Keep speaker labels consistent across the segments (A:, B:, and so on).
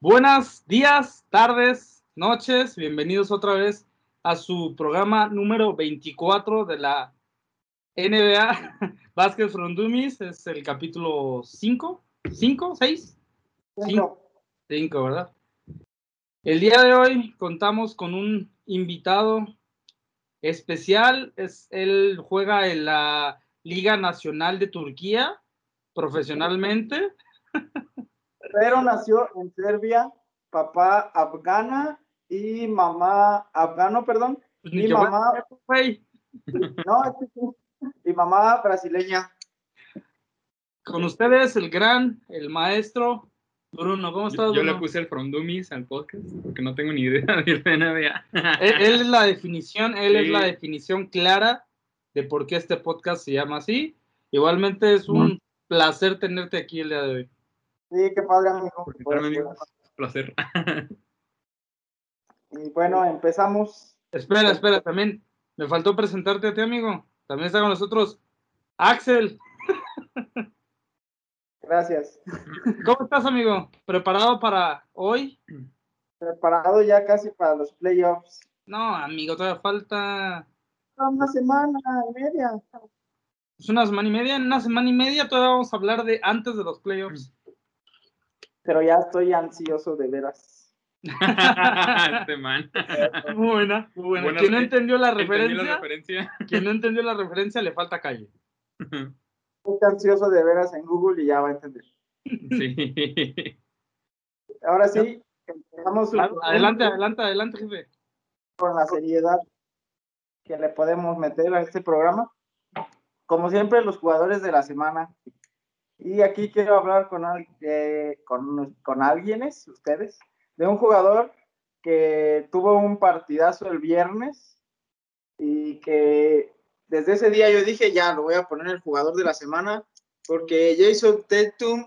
A: Buenas días, tardes, noches, bienvenidos otra vez a su programa número 24 de la NBA Basket from Dummies, es el capítulo 5, 5, 6, 5, ¿verdad? El día de hoy contamos con un invitado especial, es, él juega en la Liga Nacional de Turquía profesionalmente.
B: Pero nació en Serbia, papá afgana y mamá afgano, perdón.
A: Pues ni
B: Y
A: que
B: mamá,
A: fuera, güey.
B: no, es que sí, y mamá brasileña.
A: Con ustedes el gran, el maestro Bruno. ¿Cómo estás,
C: Yo, yo le
A: Bruno?
C: puse el From Dummies al podcast porque no tengo ni idea de la NBA.
A: Él, él es la definición, él es
C: Sí.
A: la definición clara de por qué este podcast se llama así. Igualmente es un placer tenerte aquí el día de hoy.
B: Sí, qué padre, amigo.
C: Por
B: Pues,
C: invitarme, amigo.
B: pues,
C: Placer.
A: eh.
B: y bueno, empezamos.
A: Espera, espera, también me faltó presentarte a ti, amigo. También está con nosotros Axel.
B: Gracias.
A: ¿Cómo estás, amigo? ¿Preparado para hoy?
B: Preparado ya casi para los playoffs.
A: No, amigo, todavía falta
B: Una semana y media.
A: pues, una semana y media. En una semana y media todavía vamos a hablar de antes de los playoffs.
B: Pero ya estoy ansioso de veras.
C: este man.
A: Muy buena, muy buena.
C: Buena-
A: Quien no entendió la
C: Entendí la
A: referencia,
C: referencia.
A: quien no entendió la referencia le falta calle.
B: Estoy ansioso de veras en Google y ya va a entender.
C: sí.
B: Ahora sí, empezamos
A: Adelante, adelante, adelante, jefe.
B: con la seriedad que le podemos meter a este programa. Como siempre, los jugadores de la semana. Y aquí quiero hablar con, al- eh, con, con alguienes, ustedes, de un jugador que tuvo un partidazo el viernes y que desde ese día yo dije, ya, lo voy a poner el jugador de la semana, porque Jason Tatum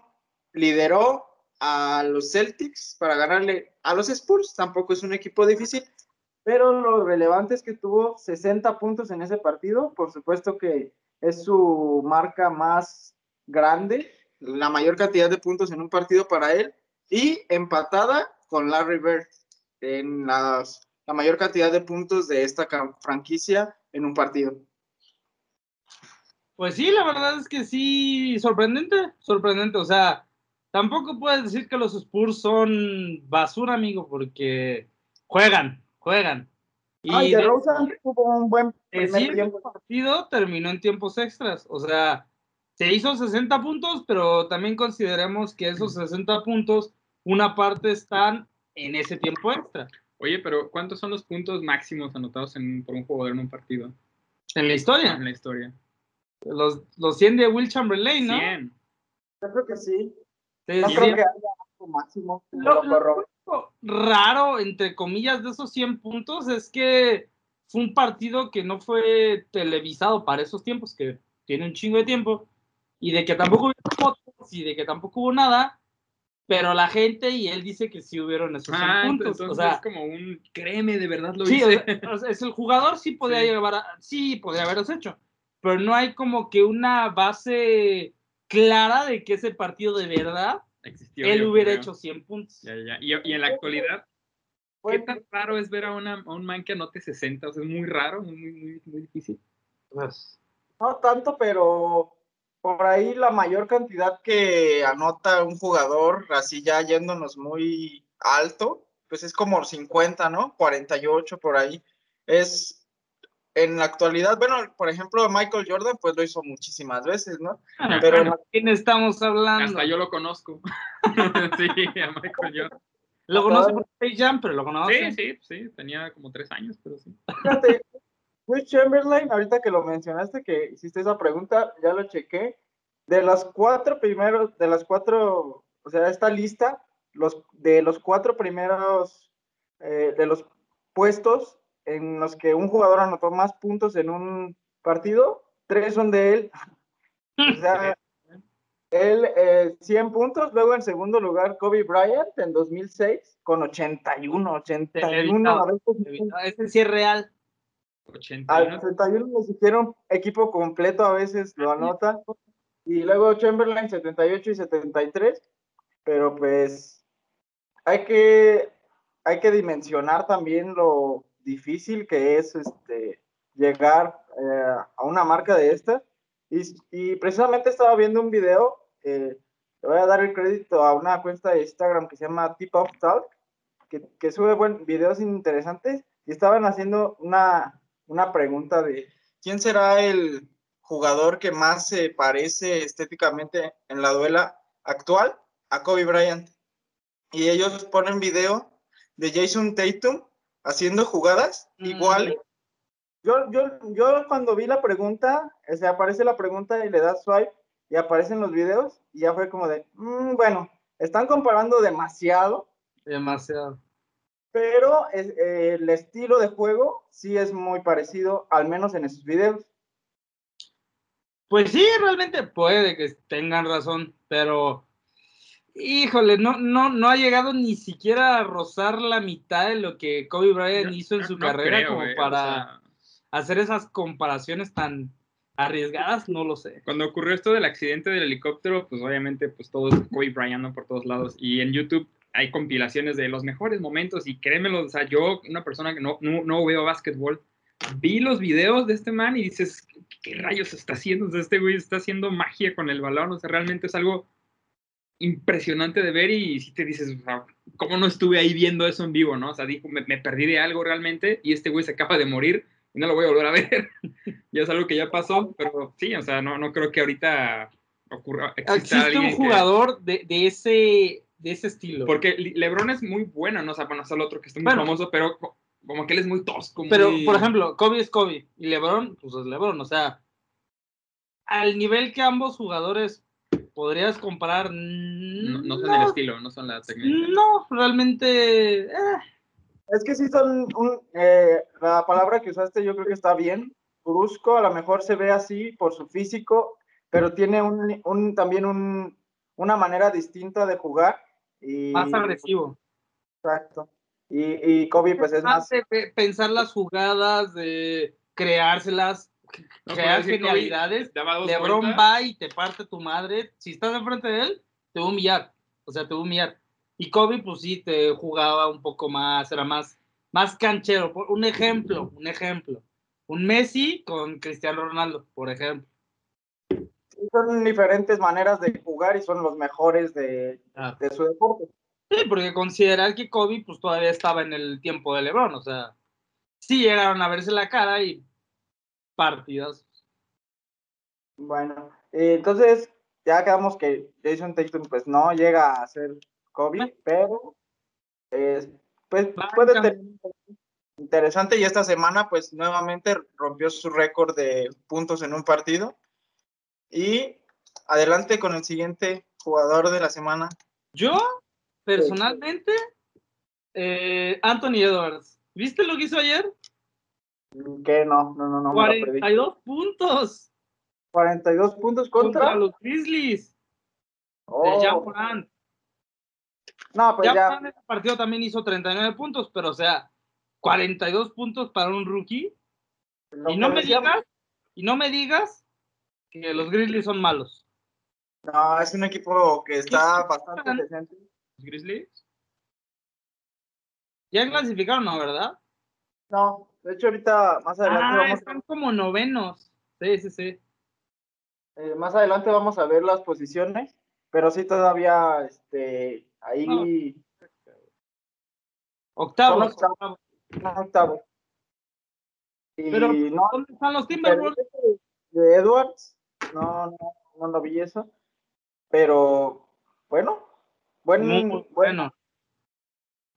B: lideró a los Celtics para ganarle a los Spurs, tampoco es un equipo difícil, pero lo relevante es que tuvo 60 puntos en ese partido. Por supuesto que es su marca más grande, la mayor cantidad de puntos en un partido para él. Y empatada con Larry Bird en las- la mayor cantidad de puntos de esta ca- franquicia en un partido.
A: Pues sí, la verdad es que sí, sorprendente, sorprendente. O sea, tampoco puedes decir que los Spurs son basura, amigo, porque juegan, juegan. Y
B: Ay,
A: de-
B: DeRozan tuvo un buen
A: Eh,
B: primer
A: sí.
B: tiempo.
A: partido terminó en tiempos extras. O sea, se hizo 60 puntos, pero también consideremos que esos 60 puntos, una parte están en ese tiempo extra.
C: Oye, pero ¿cuántos son los puntos máximos anotados en- por un jugador en un partido
A: En la
C: en
A: historia,
C: la historia?
A: los, los 100 de Will Chamberlain, ¿no?
C: 100.
B: Yo creo que sí.
A: Sí,
B: No
A: sí.
B: creo que haya algo máximo.
A: Lo-
B: Lo corro-
A: Lo raro, entre comillas, de esos 100 puntos es que fue un partido que no fue televisado para esos tiempos, que tiene un chingo de tiempo, y de que tampoco hubo fotos y de que tampoco hubo nada, pero la gente y él dice que sí hubieron esos 100
C: Ah,
A: puntos.
C: entonces
A: o sea,
C: es como un créeme, de verdad lo
A: sí,
C: hice.
A: o sea, o sea, es el jugador sí podía
C: Sí.
A: llevar, a- sí podría haberlos hecho, pero no hay como que una base clara de que ese partido de verdad
C: Existió,
A: él
C: yo
A: hubiera
C: creo.
A: hecho 100 puntos.
C: Ya, ya. Y, y en la actualidad, ¿qué
B: Fue-
C: tan raro es ver a, una- a un man que anote 60? O sea, es muy raro, muy, muy, muy, muy difícil.
A: Pues,
B: No tanto, pero por ahí la mayor cantidad que anota un jugador, así ya yéndonos muy alto, pues es como 50, ¿no? 48 por ahí. Es en la actualidad, bueno, por ejemplo, Michael Jordan, pues lo hizo muchísimas veces, ¿no?
A: Ah,
B: Pero en la-
A: ¿Quién estamos hablando?
C: Hasta yo lo conozco. sí, a Michael Jordan.
A: Lo conoce por Space Jam, pero lo
C: Sí,
A: conoce.
C: sí, sí, tenía como tres años, pero sí.
B: Fíjate, Will Chamberlain, ahorita que lo mencionaste, que hiciste esa pregunta, ya lo chequé. De los cuatro primeros, de las cuatro, o sea, esta lista, los, de los cuatro primeros, eh, de los puestos en los que un jugador anotó más puntos en un partido, tres son de él. O sea, él eh, 100 puntos, luego en segundo lugar Kobe Bryant en 2006 con 81, 81, a veces
A: Ese sí es real.
C: 81.
B: al 31 ni siquiera un equipo completo a veces lo anota. Y luego Chamberlain 78 y 73. Pero pues hay que, hay que dimensionar también lo difícil que es este, llegar eh, a una marca de esta. Y, y precisamente estaba viendo un video, eh, le voy a dar el crédito a una cuenta de Instagram que se llama Tip of Talk, que, que sube buen, videos interesantes, y estaban haciendo una, una pregunta de quién será el jugador que más se parece estéticamente en la duela actual a Kobe Bryant. Y ellos ponen video de Jason Tatum haciendo jugadas
A: Mm.
B: iguales. Yo, yo, yo cuando vi la pregunta, o sea, aparece la pregunta y le das swipe y aparecen los videos y ya fue como de, "Mm, bueno, están comparando demasiado,
A: Demasiado.
B: pero es- eh, el estilo de juego sí es muy parecido, al menos en esos videos.
A: Pues sí, realmente puede que tengan razón, pero híjole, no, no, no ha llegado ni siquiera a rozar la mitad de lo que Kobe Bryant
C: Yo-
A: hizo en
C: no-
A: su
C: no
A: carrera
C: creo,
A: como
C: eh, o
A: para
C: sea,
A: hacer esas comparaciones tan arriesgadas, no lo sé.
C: cuando ocurrió esto del accidente del helicóptero, pues obviamente pues todos Kobe Bryant ¿no? por todos lados y en YouTube hay compilaciones de los mejores momentos y créemelo, o sea, yo, una persona que no, no, no veo básquetbol, vi los videos de este man y dices, ¿qué, qué rayos está haciendo? O sea, este güey está haciendo magia con el balón, o sea, realmente es algo impresionante de ver y, si te dices, "Wow, ¿cómo no estuve ahí viendo eso en vivo, no? O sea, dijo, me, me perdí de algo realmente y este güey se acaba de morir y no lo voy a volver a ver. ya es algo que ya pasó, pero sí, o sea, no, no creo que ahorita ocurra. exista
A: Existe un
C: alguien que-
A: jugador de, de ese, de ese estilo.
C: porque Le- LeBron es muy bueno, no o sea, bueno, es el otro que está muy
A: Bueno.
C: famoso, pero co- como que él es muy tosco.
A: Pero,
C: muy-
A: por ejemplo, Kobe es Kobe y LeBron, pues es LeBron. O sea, al nivel que ambos jugadores podrías comparar, no,
C: no, no son el
A: no,
C: estilo, no son la técnica.
A: realmente. eh,
B: Es que sí son un, eh, la palabra que usaste yo creo que está bien. Brusco, a lo mejor se ve así por su físico, pero tiene un, un- también un, una manera distinta de jugar. Y,
A: más agresivo.
B: Exacto. Y, y Kobe pues es más...
A: Más de pe- pensar las jugadas, de creárselas,
C: No,
A: crear
C: puedo decir, Kobe
A: genialidades.
C: daba dos
A: LeBron
C: vueltas.
A: va y te parte tu madre. Si estás enfrente de él, te va a humillar. O sea, te va a humillar. Y Kobe, pues sí, te jugaba un poco más, era más, más canchero. Por- Un ejemplo, un ejemplo. Un Messi con Cristiano Ronaldo, por ejemplo.
B: Son diferentes maneras de jugar y son los mejores de,
A: Ah.
B: de su deporte.
A: Sí, porque considerar que Kobe, pues todavía estaba en el tiempo de LeBron. O sea, sí llegaron a verse la cara y partidas.
B: Bueno, eh, entonces ya quedamos que Jason Tatum pues no llega a ser Kobe, pero eh, pues
A: Va
B: puede
A: en
B: tener interesante y esta semana pues nuevamente rompió su récord de puntos en un partido. Y adelante con el siguiente jugador de la semana.
A: Yo, personalmente, eh, Anthony Edwards. ¿Viste lo que hizo ayer?
B: Que no, no, no, no me lo perdí.
A: 42 puntos
B: 42 puntos
A: contra,
B: contra.
A: los Grizzlies
B: Oh,
A: de Jan Morant.
B: no, pues
A: Jan
B: ya.
A: Morant en el partido también hizo 39 puntos, pero o sea, 42 puntos para un rookie.
B: lo
A: y no me
B: corregíamos.
A: digas, y no me digas que los Grizzlies son malos.
B: No, es un equipo que está bastante
A: están?
B: decente.
C: ¿Los Grizzlies?
A: Ya clasificaron, ¿no? ¿Verdad?
B: No, de hecho ahorita más adelante
A: Ah,
B: vamos
A: están como novenos. Sí, sí, sí.
B: Eh, más adelante vamos a ver las posiciones, pero sí todavía este, ahí
A: Octavos.
B: Son
A: octavos.
B: octavos. un octavo. Y
A: Pero-
B: no,
A: ¿Dónde están los
B: pero
A: Timberwolves?
B: ese de Edwards, no, no, no lo vi eso, pero bueno, buen,
A: Muy
B: buen-
A: bueno.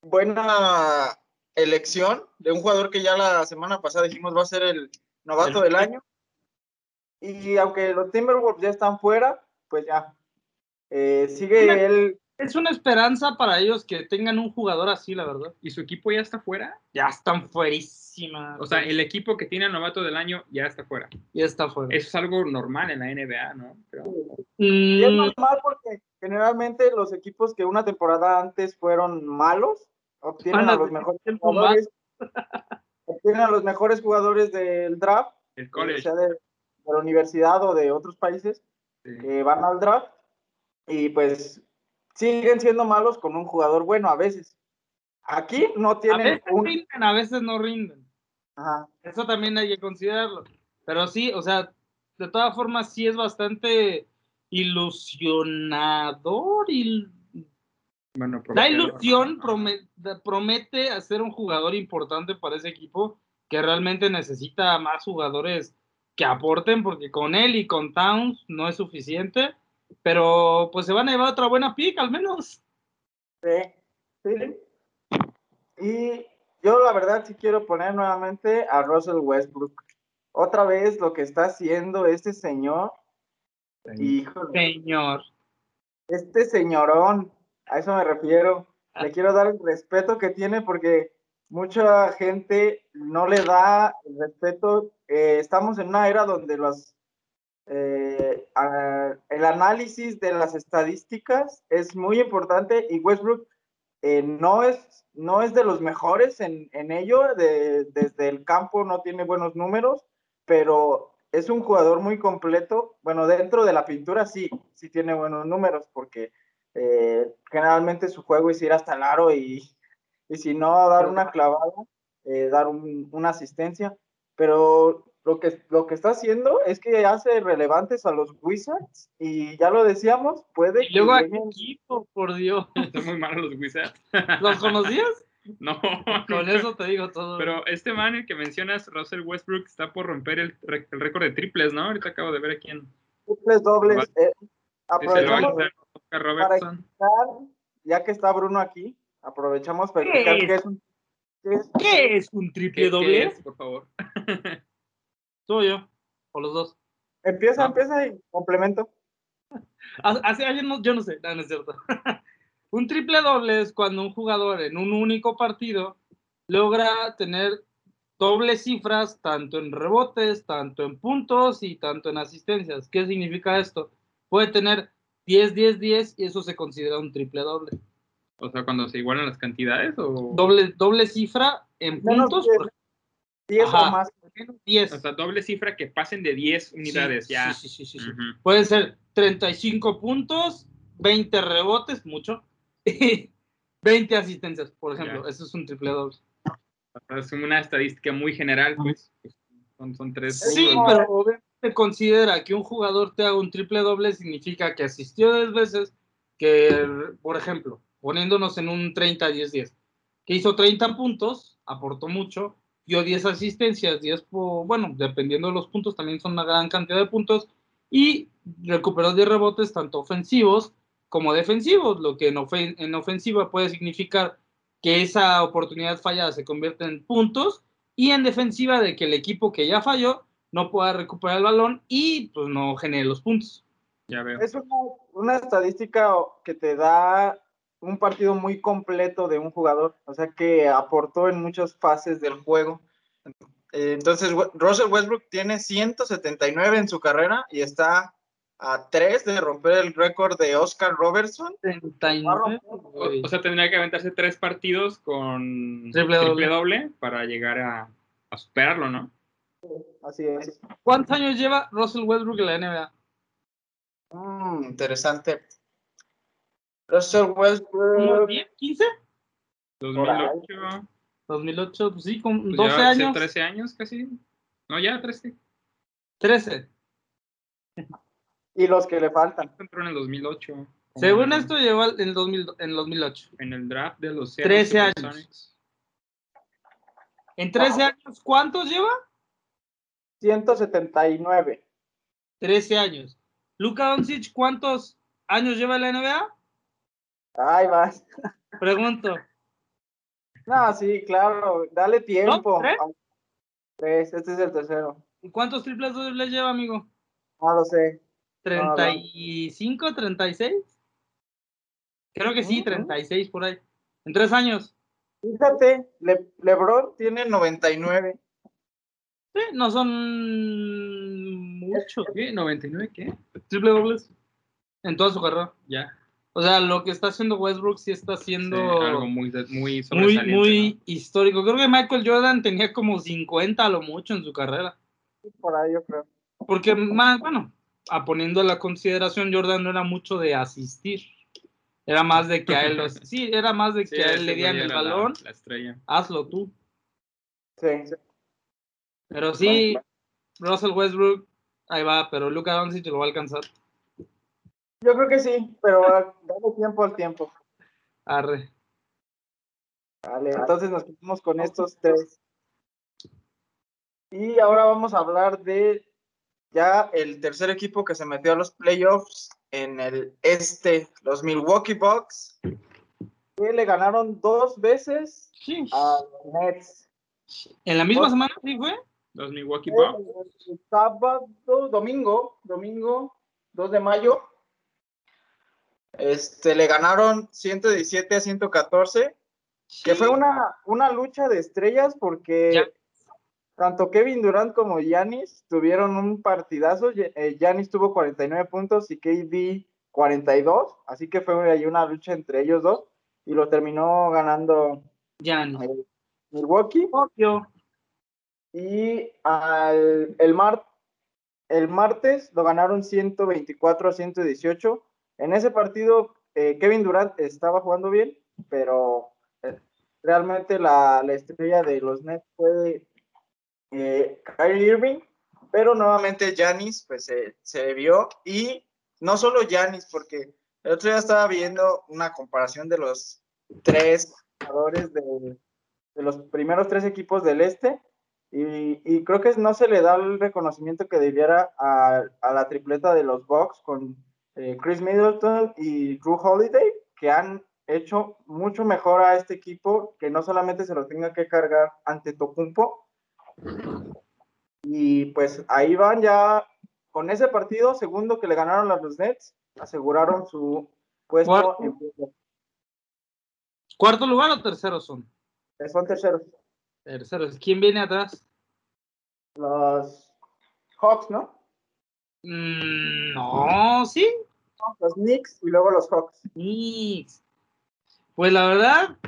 B: buena elección de un jugador que ya la semana pasada dijimos va a ser el novato
A: El-
B: del año. Y aunque los Timberwolves ya están fuera, pues ya. Eh,
A: Una-
B: sigue él.
A: Es una esperanza para ellos que tengan un jugador así, la verdad.
C: ¿Y su equipo ya está fuera?
A: Ya están fuerísimas.
C: O sea, el equipo que tiene al novato del año ya está fuera.
A: ya está fuera.
C: Eso es algo normal en la NBA, ¿no? Pero-
B: Y es
A: Mm,
B: normal porque generalmente los equipos que una temporada antes fueron malos obtienen
A: Van a
B: a los
A: tener
B: mejores
A: tiempo más.
B: jugadores. Obtienen a los mejores jugadores del draft,
C: el
B: o
C: college.
B: sea, de, de la universidad o de otros países
C: sí.
B: que van al draft. Y pues siguen siendo malos con un jugador bueno a veces. Aquí no
A: A
B: tienen
A: veces
B: un...
A: rinden, a veces no rinden.
B: Ajá.
A: Eso también hay que considerarlo. Pero sí, o sea, de todas formas sí es bastante ilusionador y
C: Bueno,
A: da
C: prometedor.
A: ilusión, prome- da- promete a ser un jugador importante para ese equipo que realmente necesita más jugadores que aporten porque con él y con Towns no es suficiente, pero pues se van a llevar otra buena pick al menos.
B: Sí, sí. Y yo la verdad sí quiero poner nuevamente a Russell Westbrook. Otra vez lo que está haciendo este señor, híjole,
A: Señor.
B: este señorón, a eso me refiero. Le quiero dar el respeto que tiene porque mucha gente no le da el respeto. Eh, estamos en una era donde los, eh, a- el análisis de las estadísticas es muy importante y Westbrook eh, no, es, no es de los mejores en, en ello. de- desde el campo no tiene buenos números, pero es un jugador muy completo. Bueno, dentro de la pintura sí, sí tiene buenos números porque eh, generalmente su juego es ir hasta el aro y, y si no, dar una clavada, eh, dar un- una asistencia. Pero lo que, lo que está haciendo es que hace relevantes a los Wizards y ya lo decíamos, puede
A: Y luego a qué
B: lleguen-
A: equipo, por Dios.
C: Son muy malos los Wizards.
A: ¿Los conocías?
C: No,
A: Con
C: nunca.
A: eso te digo todo.
C: Pero este man el que mencionas, Russell Westbrook, está por romper el, re- el récord de triples, ¿no? Ahorita acabo de ver a quién.
B: triples dobles. eh,
C: Sí, se lo va a
B: aprovechamos
C: quitar Oscar Robertson.
B: felicitar, ya que está Bruno aquí, aprovechamos para explicar
A: es?
B: que es un que es-
A: ¿Qué es un
C: ¿Qué-
A: triple
C: qué
A: doble?
C: es, por favor?
A: Tú o yo, o los dos.
B: Empieza,
C: Ah.
B: empieza y complemento.
A: Ha- Hace ayer ah, no, yo no sé, no, no es cierto. un triple doble es cuando un jugador en un único partido logra tener dobles cifras tanto en rebotes, tanto en puntos y tanto en asistencias. ¿Qué significa esto? Puede tener 10, 10, 10 y eso se considera un triple doble.
C: O sea, cuando se igualan las cantidades o...
A: Doble, doble cifra en
B: Menos
A: puntos,
B: diez.
A: por
B: 10
A: Ajá.
B: o más.
A: ejemplo, 10.
C: O sea, doble cifra que pasen de 10 unidades
A: Sí,
C: ya.
A: sí, sí, sí, sí.
C: Ujú.
A: Pueden ser 35 puntos, 20 rebotes, mucho, y 20 asistencias, por ejemplo.
C: Ya.
A: Eso es un triple doble.
C: O sea, Es una estadística muy general, pues. Son, son tres.
A: Sí,
B: Sí,
A: pero obviamente considera que un jugador te haga un triple doble significa que asistió 10 veces, que, por ejemplo, poniéndonos en un 30-10-10, que hizo 30 puntos, aportó mucho, dio 10 asistencias, 10, po- bueno, dependiendo de los puntos, también son una gran cantidad de puntos, y recuperó 10 rebotes, tanto ofensivos como defensivos, lo que en, ofen- en ofensiva puede significar que esa oportunidad fallada se convierte en puntos, y en defensiva de que el equipo que ya falló no pueda recuperar el balón y pues no genere los puntos.
C: Ya veo.
B: Es una, una estadística o- que te da un partido muy completo de un jugador, o sea que aportó en muchas fases del juego. Eh, Entonces, We- Russell Westbrook tiene 179 en su carrera y está a 3 de romper el récord de Oscar Robertson. Va a
A: 39,
B: romper-
C: O, o sea, tendría que aventarse tres partidos con
A: Triple doble.
C: doble para llegar a, a superarlo, ¿no?
B: Así es.
A: ¿Cuántos años lleva Russell Westbrook en la NBA?
B: Mm, interesante. Russell Westbrook.
A: ¿Como 10, 15?
C: 2008.
A: 2008, pues sí, con
C: pues
A: 12
C: ya hace
A: años.
C: 13 años casi. No, ya 13.
A: 13.
B: Y los que le faltan.
C: Entró en el 2008. Como
A: Según
C: en-
A: esto, llegó al- en, el 2000 en el 2008.
C: En el draft de los
A: 13
C: Seattle
A: años.
C: Supersonics.
A: En 13 años, ¿cuántos lleva?
B: 179.
A: 13 años. Luka Doncic, ¿cuántos años lleva en la NBA?
B: Ahí vas.
A: Pregunto.
B: No, sí, claro. Dale tiempo.
A: tres?
B: Au- Tres. Este es el tercero.
A: ¿Y ¿Cuántos triples dobles lleva, amigo?
B: No lo sé. no.
A: ¿35, 36? Creo que sí,
B: Ujú.
A: 36 por ahí. En tres años.
B: Fíjate, Le- LeBron tiene 99.
A: Sí, no son muchos.
C: ¿Qué? ¿99 qué?
A: Triple dobles. En toda su carrera.
C: Ya.
A: O sea, lo que está haciendo Westbrook sí está
C: sí,
A: haciendo
C: algo muy, muy
A: muy,
C: sobresaliente,
A: muy
C: ¿no?
A: histórico. Creo que Michael Jordan tenía como 50 a lo mucho en su carrera.
B: Por ahí yo creo.
A: Porque, más, bueno, a poniendo la consideración, Jordan no era mucho de asistir. Era más de que a él los, sí, era más de que
C: Sí,
A: a
C: ese
A: él le dieran
C: güey
A: el
C: era la-
A: balón,
C: La, estrella.
A: hazlo tú.
B: Sí,
A: Pero
B: Pues
A: sí, Russell Westbrook, ahí va, pero Luca Doncic lo va a alcanzar.
B: yo creo que sí, pero ah, dale tiempo al tiempo.
A: Arre.
B: Vale, entonces nos quedamos con estos tres. Y ahora vamos a hablar de ya el tercer equipo que se metió a los playoffs en el este, los Milwaukee Bucks, que le ganaron dos veces
A: Sí.
B: a los Nets.
A: ¿En la misma semana? Sí, güey.
C: Los Milwaukee Bucks.
B: El sábado, domingo, domingo 2 de mayo, este, le ganaron 117 a 114. Que fue una, una lucha de estrellas porque
A: Ya.
B: tanto Kevin Durant como Giannis tuvieron un partidazo. Ye- eh, Giannis tuvo 49 puntos y KD 42. Así que fue ahí una lucha entre ellos dos. Y lo terminó ganando
A: Ya no.
B: eh, Milwaukee.
A: Obvio.
B: Y al- el, mar, el martes lo ganaron 124 a 118. En ese partido, eh, Kevin Durant estaba jugando bien, pero eh, realmente la, la estrella de los Nets fue eh, Kyrie Irving. Pero nuevamente Giannis pues, se, se vio. Y no solo Giannis, porque el otro día estaba viendo una comparación de los tres jugadores de, de los primeros tres equipos del este. Y, y creo que no se le da el reconocimiento que debiera a, a la tripleta de los Bucks con eh, Chris Middleton y Drew Holiday, que han hecho mucho mejor a este equipo, que no solamente se lo tenga que cargar ante Tocumpo. Y pues ahí van ya con ese partido, segundo que le ganaron a los Nets, aseguraron su puesto.
A: Cuarto.
B: En,
A: ¿Cuarto lugar o tercero son?
B: son terceros,
A: Terceros. ¿Quién viene atrás?
B: los Hawks, ¿no?
A: Mm, no, sí.
B: Los Knicks y luego los Hawks.
A: Knicks. Pues la verdad,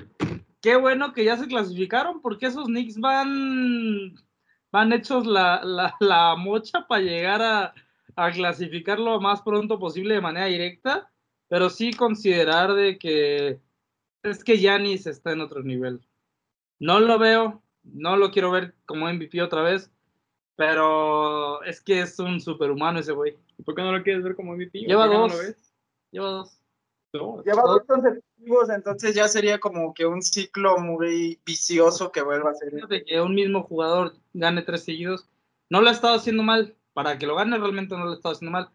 A: qué bueno que ya se clasificaron porque esos Knicks van, van hechos la, la- la mocha para llegar a, a clasificar lo más pronto posible de manera directa, pero sí considerar de que es que Giannis está en otro nivel. No lo veo, no lo quiero ver como MVP otra vez, pero es que es un superhumano ese güey.
C: ¿Por qué no lo quieres ver como MVP?
A: Lleva
C: ¿Por qué no
A: dos.
C: lo ves?
A: Lleva dos.
C: Dos.
B: Lleva dos consecutivos, entonces ya sería como que un ciclo muy vicioso que vuelva a ser.
A: de que un mismo jugador gane tres seguidos, no lo ha estado haciendo mal. Para que lo gane realmente no lo ha estado haciendo mal.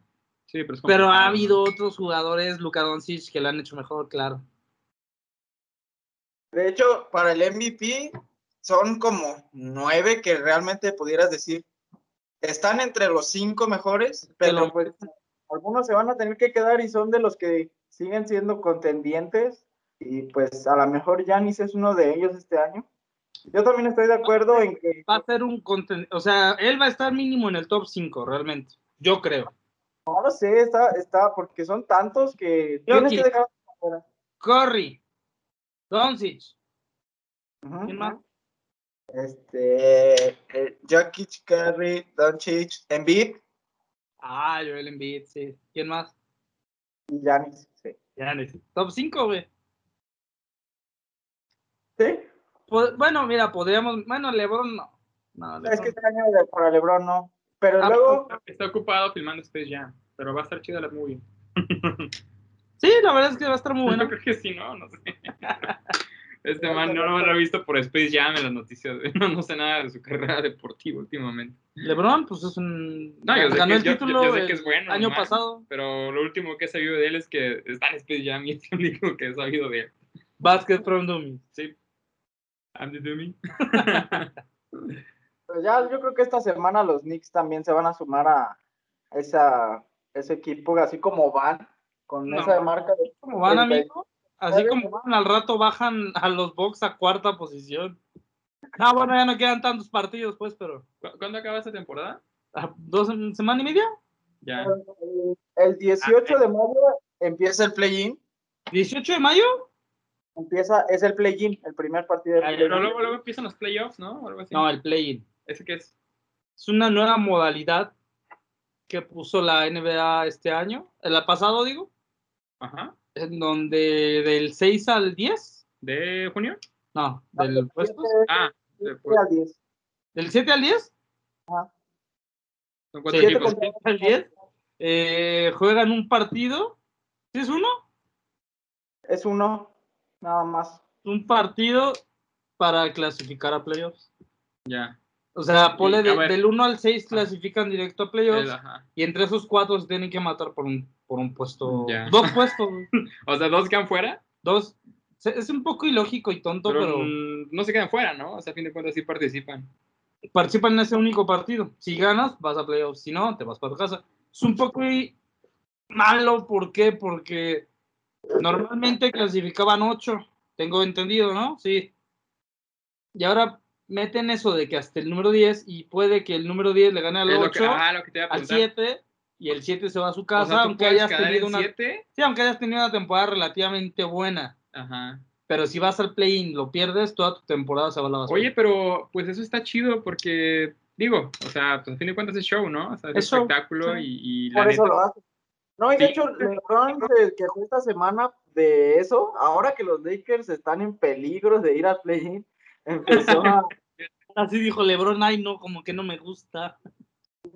C: Sí, pero,
A: Pero
C: es complicado,
A: ha
C: ¿no?
A: habido otros jugadores, Luka Doncic, que lo han hecho mejor, claro.
B: De hecho, para el MVP son como nueve que realmente pudieras decir están entre los cinco mejores, pero
A: Pero-
B: pues algunos se van a tener que quedar y son de los que siguen siendo contendientes y pues a lo mejor Yanis es uno de ellos este año. Yo también estoy de acuerdo en que
A: Va a ser un conten- o sea, él va a estar mínimo en el top 5, realmente. Yo creo.
B: no lo sé, está, está porque son tantos que tienes
A: Jokic.
B: que dejar.
A: Curry, Doncic,
B: Ujú.
A: ¿quién más?
B: Este, eh, Jokic, Curry, Doncic, Embiid
A: Ah, Joel Embiid, sí. ¿Quién más?
B: y Giannis. Sí.
A: Giannis. Top 5, güey.
B: ¿Sí?
A: Po- Bueno, mira, podríamos. Bueno, LeBron no. No,
B: Es
A: LeBron.
B: que este año de- para LeBron no. Pero
A: Ah,
B: luego,
C: Está, está ocupado filmando Space Jam, pero va a estar chida la movie.
A: Sí, la verdad es que va a estar muy Ah, bueno.
C: Yo creo que sí, no, no sé. Este man no lo habrá visto por Space Jam en las noticias. güey. No, no sé nada de su carrera deportiva últimamente.
A: LeBron, pues es un.
C: No, yo sé,
A: ganó
C: que,
A: el
C: yo- yo-
A: título
C: yo sé
A: el
C: que es bueno.
A: año
C: man,
A: pasado.
C: Pero lo último que he sabido de él es que está en Space Jam y es lo único que he sabido de él.
A: Basket from Dummies.
C: Sí. Andy Dumi.
B: pues ya yo creo que esta semana los Knicks también se van a sumar a esa, ese equipo, así como van, con
A: No.
B: esa marca de
A: Como van,
B: Treinta y-
A: amigo. Así como van, al rato bajan a los Bucks a cuarta posición. Ah, bueno, ya no quedan tantos partidos, pues, pero.
C: ¿Cu- ¿Cuándo acaba esta temporada?
A: ¿a ¿Dos semanas y media?
C: Ya.
A: Ah,
C: Ah,
B: El 18 de mayo empieza el play-in.
A: ¿18 de mayo?
B: Empieza, es el play-in, el primer partido del
A: Ay,
B: play-in.
C: Ah, Pero luego, luego empiezan los playoffs, ¿no? O algo así.
A: No, el play-in.
C: ¿Ese qué es?
A: Es una nueva modalidad que puso la NBA este año, el pasado, digo,
C: Ajá.
A: en donde del 6 al 10,
C: ¿De junio?
A: no,
B: No,
A: del, puestos,
B: Siete-
C: Ah,
B: siete
C: pues.
B: al diez.
A: del 7 al 10,
C: son
A: Sí,
C: cuatro
A: del
B: Siete
C: equipos.
B: contra-
A: 7 al 10 eh, juegan un partido, ¿sí es uno?
B: Es uno, nada más.
A: Un partido para clasificar a playoffs.
C: Ya.
A: O sea, ponle
C: a
A: de-
C: ver.
A: del 1 al 6 clasifican directo a playoffs
C: El- ajá.
A: y entre esos cuatro se tienen que matar por un, por un puesto,
C: Ya.
A: dos puestos, güey.
C: O sea, dos quedan fuera,
A: dos. Se- Es un poco ilógico y tonto,
C: pero,
A: pero,
C: mm, no se quedan fuera, ¿no? O sea, a fin de cuentas sí participan.
A: participan en ese único partido. Si ganas, vas a playoffs. Si no, te vas para tu casa. Es un poco y- malo, ¿por qué? Porque normalmente clasificaban ocho, tengo entendido, ¿no? Sí. Y ahora meten eso de que hasta el número 10 y puede que el número 10 le gane al
C: Es lo que,
A: 8,
C: ajá, lo que te iba a
A: al
C: preguntar.
A: 7 y el 7 se va a su
C: O
A: casa,
C: sea, tú
A: aunque,
C: puedes
A: hayas
C: quedar
A: tenido
C: en
A: una,
C: siete.
A: sí, aunque hayas tenido una temporada relativamente buena.
C: Ajá.
A: Pero si vas al play-in, lo pierdes, toda tu temporada se va a la basura.
C: Oye, pero pues eso está chido porque, digo, o sea, pues a fin de cuentas es show, ¿no? O sea, es,
A: Es show,
C: espectáculo
A: sí.
C: y, y la
B: Por eso
C: neta,
B: lo hace. No, y de
C: Sí.
B: hecho, LeBron se quejó esta semana de eso. Ahora que los Lakers están en peligro de ir al play-in, empezó a.
A: así dijo LeBron, ay no, como que no me gusta.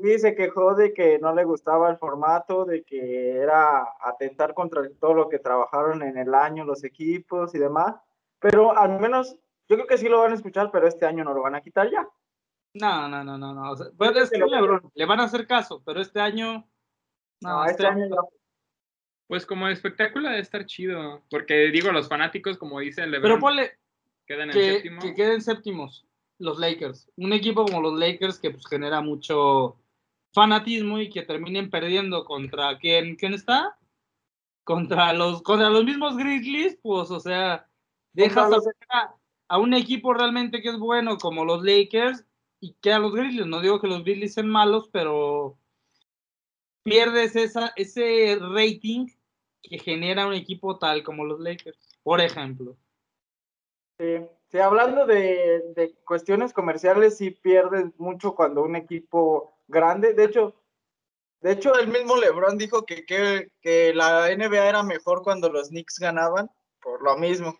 B: Sí, se quejó de que no le gustaba el formato, de que era atentar contra todo lo que trabajaron en el año, los equipos y demás. Pero al menos, yo creo que sí lo van a escuchar, pero este año no lo van a quitar ya.
A: No, no, no, no, no. o sea, bueno,
B: creo
A: es
B: que
A: que
B: lo-
A: LeBron, le van a hacer caso, pero este año. No,
B: No, este año ya.
C: pues como espectáculo debe estar chido. Porque digo, los fanáticos, como dicen, le
A: Pero ponle
C: quedan en
A: que,
C: séptimo.
A: que queden séptimos los Lakers. Un equipo como los Lakers que pues, genera mucho fanatismo y que terminen perdiendo contra quién, quién está? Contra los, contra los mismos Grizzlies, pues, o sea, dejas
B: los-
A: a, a un equipo realmente que es bueno como los Lakers y quedan los Grizzlies. No digo que los Grizzlies sean malos, pero pierdes esa, ese rating que genera un equipo tal como los Lakers, por ejemplo.
B: Sí, sí, hablando de, de cuestiones comerciales, sí pierdes mucho cuando un equipo grande, de hecho, de hecho el mismo LeBron dijo que, que, que la NBA era mejor cuando los Knicks ganaban, por lo mismo.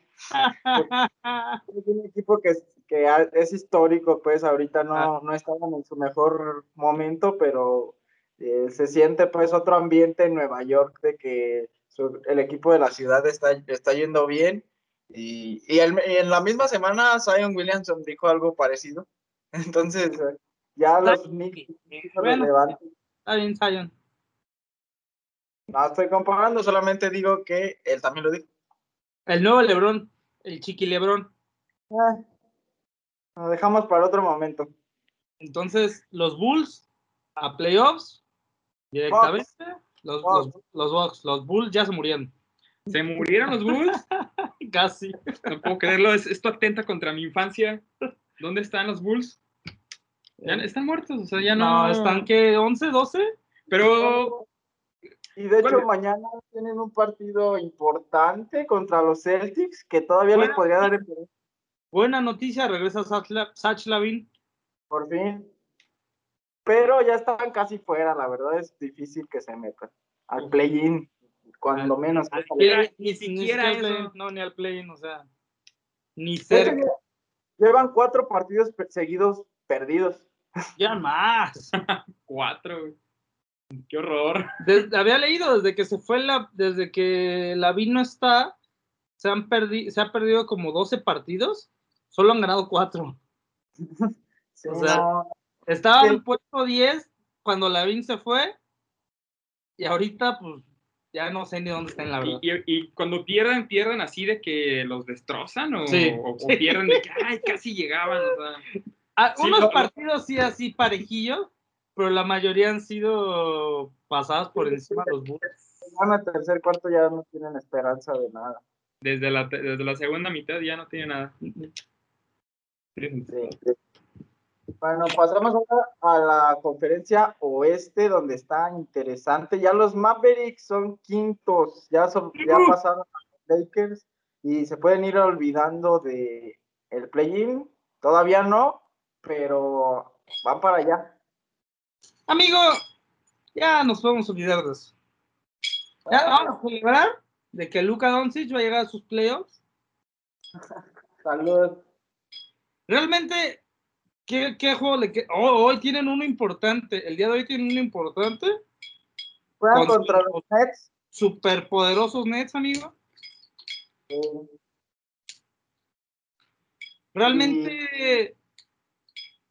B: Es un equipo que, que ha- es histórico, pues ahorita no,
A: Ah.
B: no estaban en su mejor momento, pero eh, se siente pues otro ambiente en Nueva York de que su- el equipo de la ciudad está, está yendo bien. Y, y el- y en la misma semana Zion Williamson dijo algo parecido. Entonces eh, ya los Knicks son
A: Bueno,
B: relevantes.
A: está bien, Zion.
B: No estoy comparando, solamente digo que él también lo dijo.
A: El nuevo Lebrón, el chiqui Lebrón.
B: Ah, lo dejamos para otro momento.
A: Entonces, los Bulls a playoffs directamente. Los, los,
B: Bucks.
A: los Bucks, los Bulls ya se murieron.
C: Se murieron los Bulls.
A: Casi.
C: No puedo creerlo. es- esto atenta contra mi infancia. ¿Dónde están los Bulls? Ya
A: Eh,
C: están muertos, o sea, ya no.
A: no, están que 11, 12.
C: Pero
B: Y de hecho
C: Bueno.
B: mañana tienen un partido importante contra los Celtics que todavía les
A: Bueno.
B: podría dar el-
A: Buena noticia, regresa Sach La- Sach Lavin.
B: por fin. Pero ya están casi fuera, la verdad es difícil que se metan al
A: Ujú.
B: play-in, cuando
A: Al-
B: menos. que
C: play-in.
A: Ni-
C: ni siquiera
A: al play-in,
C: eso.
A: No, ni al play-in, o sea, ni
B: De hecho,
A: cerca.
B: Llevan cuatro partidos pe- seguidos perdidos.
A: Ya más.
C: cuatro, güey. Qué horror.
A: Desde- había leído desde que se fue la, desde que Lavín no está, se han perdido, se ha perdido como 12 partidos, solo han ganado 4.
B: Sí,
A: O sea,
B: no,
A: Estaba en
B: Sí.
A: el puesto 10 cuando Lavín se fue, y ahorita pues ya no sé ni dónde están la
C: Y,
A: verdad.
C: y- y cuando pierdan, pierdan así de que los destrozan o,
A: Sí.
C: o- o pierden de que, ay, casi llegaban. O sea,
A: Ah,
C: Sí,
A: unos
C: no, no.
A: partidos sí así parejillos, pero la mayoría han sido pasadas por encima de los Bulls.
B: van al tercer cuarto ya no tienen esperanza de nada.
C: desde la, te- desde la segunda mitad ya no tiene nada.
B: Sí. Bueno, pasamos ahora a la conferencia oeste, donde está interesante. Ya los Mavericks son quintos, ya, son- ya pasaron a los Lakers y se pueden ir olvidando de el play-in. Todavía no, pero van para allá. Ah.
A: Amigo, ya nos podemos olvidar de eso. Ya vamos a celebrar de que Luka Doncic va a llegar a sus playoffs.
B: Saludos.
A: Realmente, ¿qué, qué juego le queda? Oh, hoy tienen uno importante. El día de hoy tienen uno importante.
B: Juegan
A: Con-
B: contra los Nets.
A: Superpoderosos Nets, amigo.
B: Eh,
A: Realmente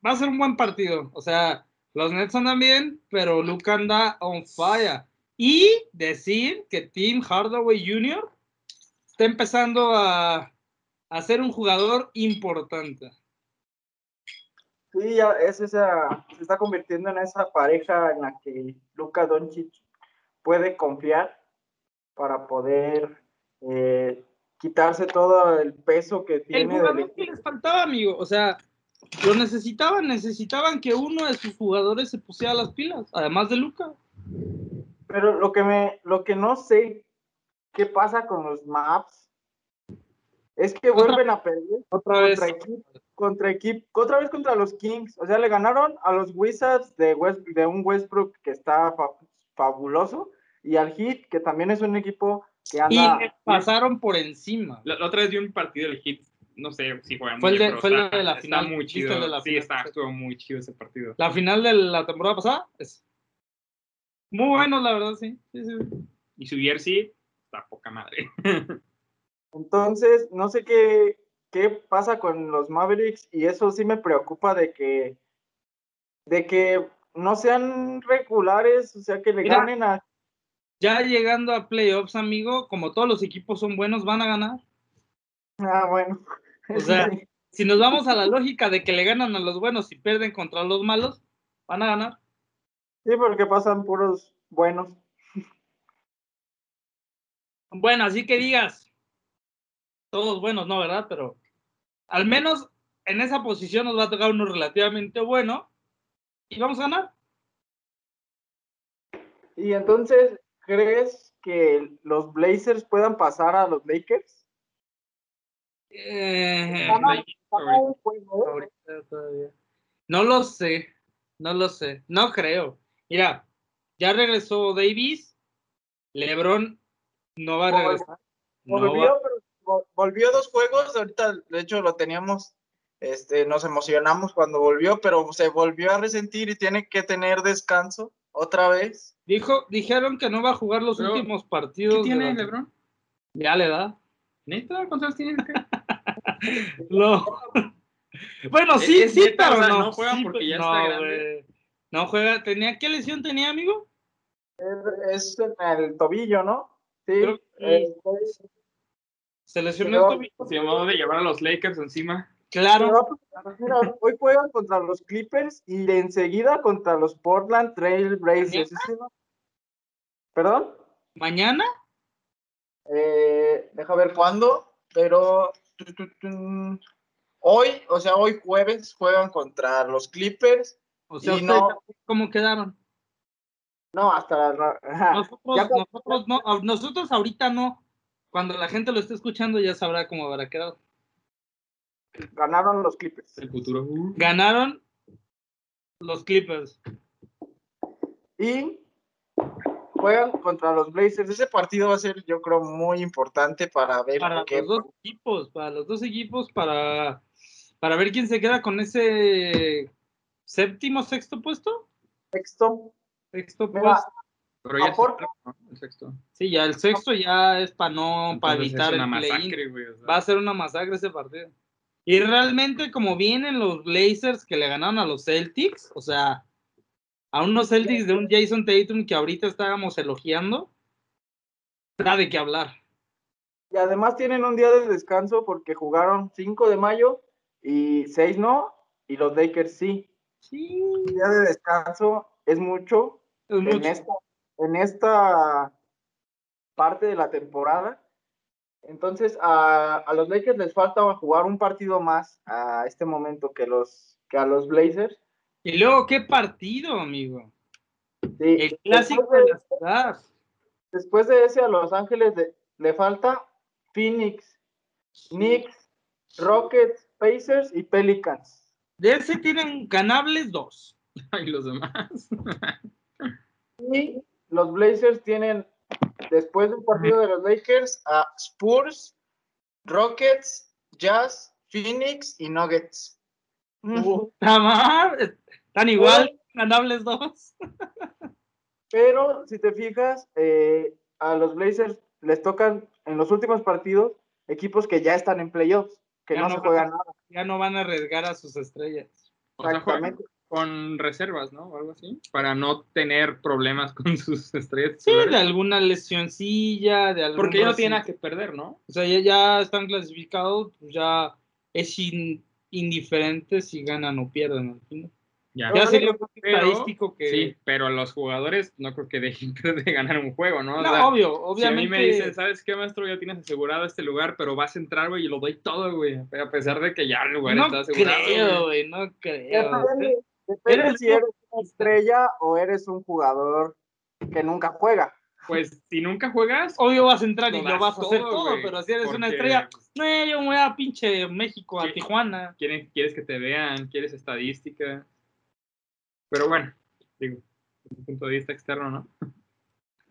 A: va a ser un buen partido. O sea, los Nets andan bien, pero Luka anda on fire. Y decir que Tim Hardaway Jr. está empezando a, a ser un jugador importante.
B: Sí, ya es esa, se está convirtiendo en esa pareja en la que Luka Doncic puede confiar para poder eh, quitarse todo el peso que tiene.
A: El
B: del
A: jugador
B: equipo.
A: que les faltaba, amigo. O sea, lo necesitaban, necesitaban que uno de sus jugadores se pusiera las pilas, además de Luca.
B: Pero lo que me, lo que no sé qué pasa con los maps es que
A: Otra-
B: vuelven a perder
A: Otra vez.
B: contra equipo, contra equipo, otra vez contra los Kings. O sea, le ganaron a los Wizards de, West- de un Westbrook que está fa- fabuloso y al Heat, que también es un equipo que
A: Y
B: anda.
A: le pasaron por encima.
C: La, la otra vez vi un partido del Hit, no sé si juegan
A: Fue el
C: bien,
A: de-
C: pero
A: fue el
C: está-
A: de la
C: está
A: final,
C: muy
A: ¿viste
C: chido.
A: el de la
C: sí,
A: final?
C: está, estuvo muy chido ese partido.
A: La final de la temporada pasada es muy bueno, la verdad, sí. Sí, sí, sí.
C: Y su jersey, está poca madre.
B: Entonces, no sé qué, qué pasa con los Mavericks y eso sí me preocupa de que, de que no sean regulares, o sea, que le
A: Mira,
B: ganen a
A: Ya llegando a playoffs, amigo, como todos los equipos son buenos, van a ganar.
B: Ah, bueno.
A: O sea, Si nos vamos a la lógica de que le ganan a los buenos y pierden contra los malos, van a ganar.
B: sí, porque pasan puros buenos.
A: Bueno, así que digas, todos buenos, no, ¿verdad? Pero al menos en esa posición nos va a tocar uno relativamente bueno y vamos a ganar.
B: Y entonces, ¿crees que los Blazers puedan pasar a los Lakers?
A: Eh,
B: Ganar.
C: Blake, ahorita-
B: Un juego, ¿eh?
A: ahorita todavía. No lo sé, no lo sé, no creo. Mira, ya regresó Davis, LeBron no va a regresar. no
B: Volvió,
A: va-
B: pero vol- volvió dos juegos. Ahorita, de hecho, lo teníamos, este, nos emocionamos cuando volvió, pero se volvió a resentir y tiene que tener descanso otra vez.
A: Dijo, dijeron que no va a jugar los
C: Pero,
A: últimos partidos.
C: ¿Qué
A: de la-
C: tiene LeBron?
A: Ya le da.
C: ¿Neta? ¿Cuántos años tiene?
A: No. bueno, sí,
C: Es- es
A: sí,
C: neta, o
A: pero
C: sea,
A: no.
C: no juega
A: Sí,
C: porque
A: pero-
C: ya está
A: no,
C: grande.
A: güey. No juega. ¿Tenía qué lesión tenía, amigo?
B: Es en el tobillo, ¿no? Sí.
A: Creo que-
B: eh, fue-
A: Se lesionó
B: Pero-
A: el tobillo.
C: Se llamó de llevar a los Lakers encima.
A: Claro.
B: Pero, mira, hoy juegan contra los Clippers y de enseguida contra los Portland Trail Blazers. Ese no- ¿Perdón?
A: Mañana.
B: Eh, deja ver cuándo, pero tu, tu, tu, hoy, o sea, hoy jueves juegan contra los Clippers
A: O sea,
B: y
A: ustedes
B: no,
A: cómo quedaron.
B: no, hasta la... ajá.
A: Nosotros,
B: Ah, Ya cuando-
A: nosotros, no, a- nosotros ahorita no. Cuando la gente lo esté escuchando ya sabrá cómo habrá quedado.
B: ganaron los Clippers.
C: El futuro. Uh.
A: Ganaron los Clippers.
B: y juegan contra los Blazers. Ese partido va a ser, yo creo, muy importante para ver
A: Para
B: qué-
A: los dos equipos, para los dos equipos, para, para ver quién se queda con ese séptimo, sexto puesto.
B: Sexto,
A: Sexto
B: Mira,
A: puesto.
C: Pero ya
B: Aporta.
C: ¿no? el sexto.
A: Sí, ya el sexto ya es para no, para
C: Entonces,
A: evitar
C: es una
A: el play-in.
C: masacre, güey. o sea.
A: Va a ser una masacre ese partido. Y realmente, como vienen los Blazers que le ganaron a los Celtics, o sea, a unos Celtics de un Jason Tatum que ahorita estábamos elogiando, da de qué hablar.
B: Y además tienen un día de descanso porque jugaron 5 de mayo y 6 no, y los Lakers sí.
A: Sí,
B: Un día de descanso es mucho,
A: es mucho.
B: En,
C: este
B: esta, en esta parte de la temporada. Entonces a, a los Lakers les falta jugar un partido más a este momento que, los, que a los Blazers.
A: Y luego, qué partido, amigo.
B: Sí,
A: El clásico
B: después
A: de
B: de-
A: la ciudad.
B: Después de ese, a Los Ángeles le, le falta Phoenix, Knicks, Rockets, Pacers y Pelicans.
A: De ese tienen ganables dos.
C: Y los demás.
B: Y los Blazers tienen después del partido de los Lakers, a Spurs, Rockets, Jazz, Phoenix y Nuggets.
A: Nada más, están igual, ganables dos.
B: Pero si te fijas, eh, a los Blazers les tocan en los últimos partidos equipos que ya están en playoffs, que
A: Ya
B: no,
A: no
B: se
A: van.
B: juegan nada.
A: Ya no van a arriesgar a sus estrellas.
C: O sea, juegan
B: Exactamente.
C: con reservas, ¿no? O algo así. Para no tener problemas con sus estrellas.
A: Sí,
C: titulares.
A: de alguna lesioncilla, de algún
C: Porque ya no
A: así.
C: tiene nada que perder, ¿no?
A: O sea, ya, ya están clasificados, pues ya es in- indiferente si ganan o pierden al final.
C: Ya.
A: Ya
B: Pero-
A: sería un
C: pero-
A: estadístico que...
C: Sí, pero los jugadores no creo que dejen de ganar un juego, ¿no? O
A: No,
C: sea,
A: obvio,
C: Si a mí
A: obviamente.
C: me dicen, ¿sabes qué, maestro? Ya tienes asegurado este lugar, pero vas a entrar, güey, y lo doy todo, güey. Pero A pesar de que ya el lugar
A: no
C: está asegurado.
A: creo,
C: güey.
A: güey, no creo.
B: Depende, depende
A: ¿eh? Eres
B: si eres una estrella o eres un jugador que nunca juega.
C: Pues si nunca juegas,
A: Obvio vas a entrar y
C: Lo
A: lo
C: das
A: vas a hacer
C: todo,
A: todo,
C: güey,
A: pero si eres una
C: porque
A: estrella, no, yo me voy a pinche México, a
C: Sí.
A: Tijuana.
C: quieren- quieres que te vean, quieres estadística. Pero bueno, digo, desde un punto de vista externo, ¿no?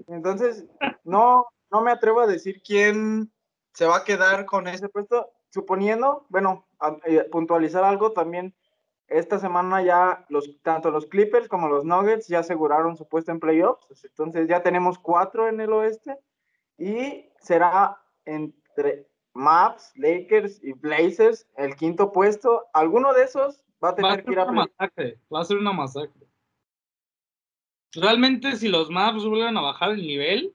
B: Entonces, no, no me atrevo a decir quién se va a quedar con ese puesto. Suponiendo, bueno, a- eh, puntualizar algo también. Esta semana ya los, tanto los Clippers como los Nuggets ya aseguraron su puesto en playoffs. Entonces ya tenemos cuatro en el oeste. Y será entre Maps, Lakers y Blazers el quinto puesto. Alguno de esos va
A: Va
B: a
A: a
B: tener
A: ser
B: que ir a
A: una
B: playoffs.
A: masacre, va a ser una masacre. Realmente, si los maps vuelven a bajar el nivel,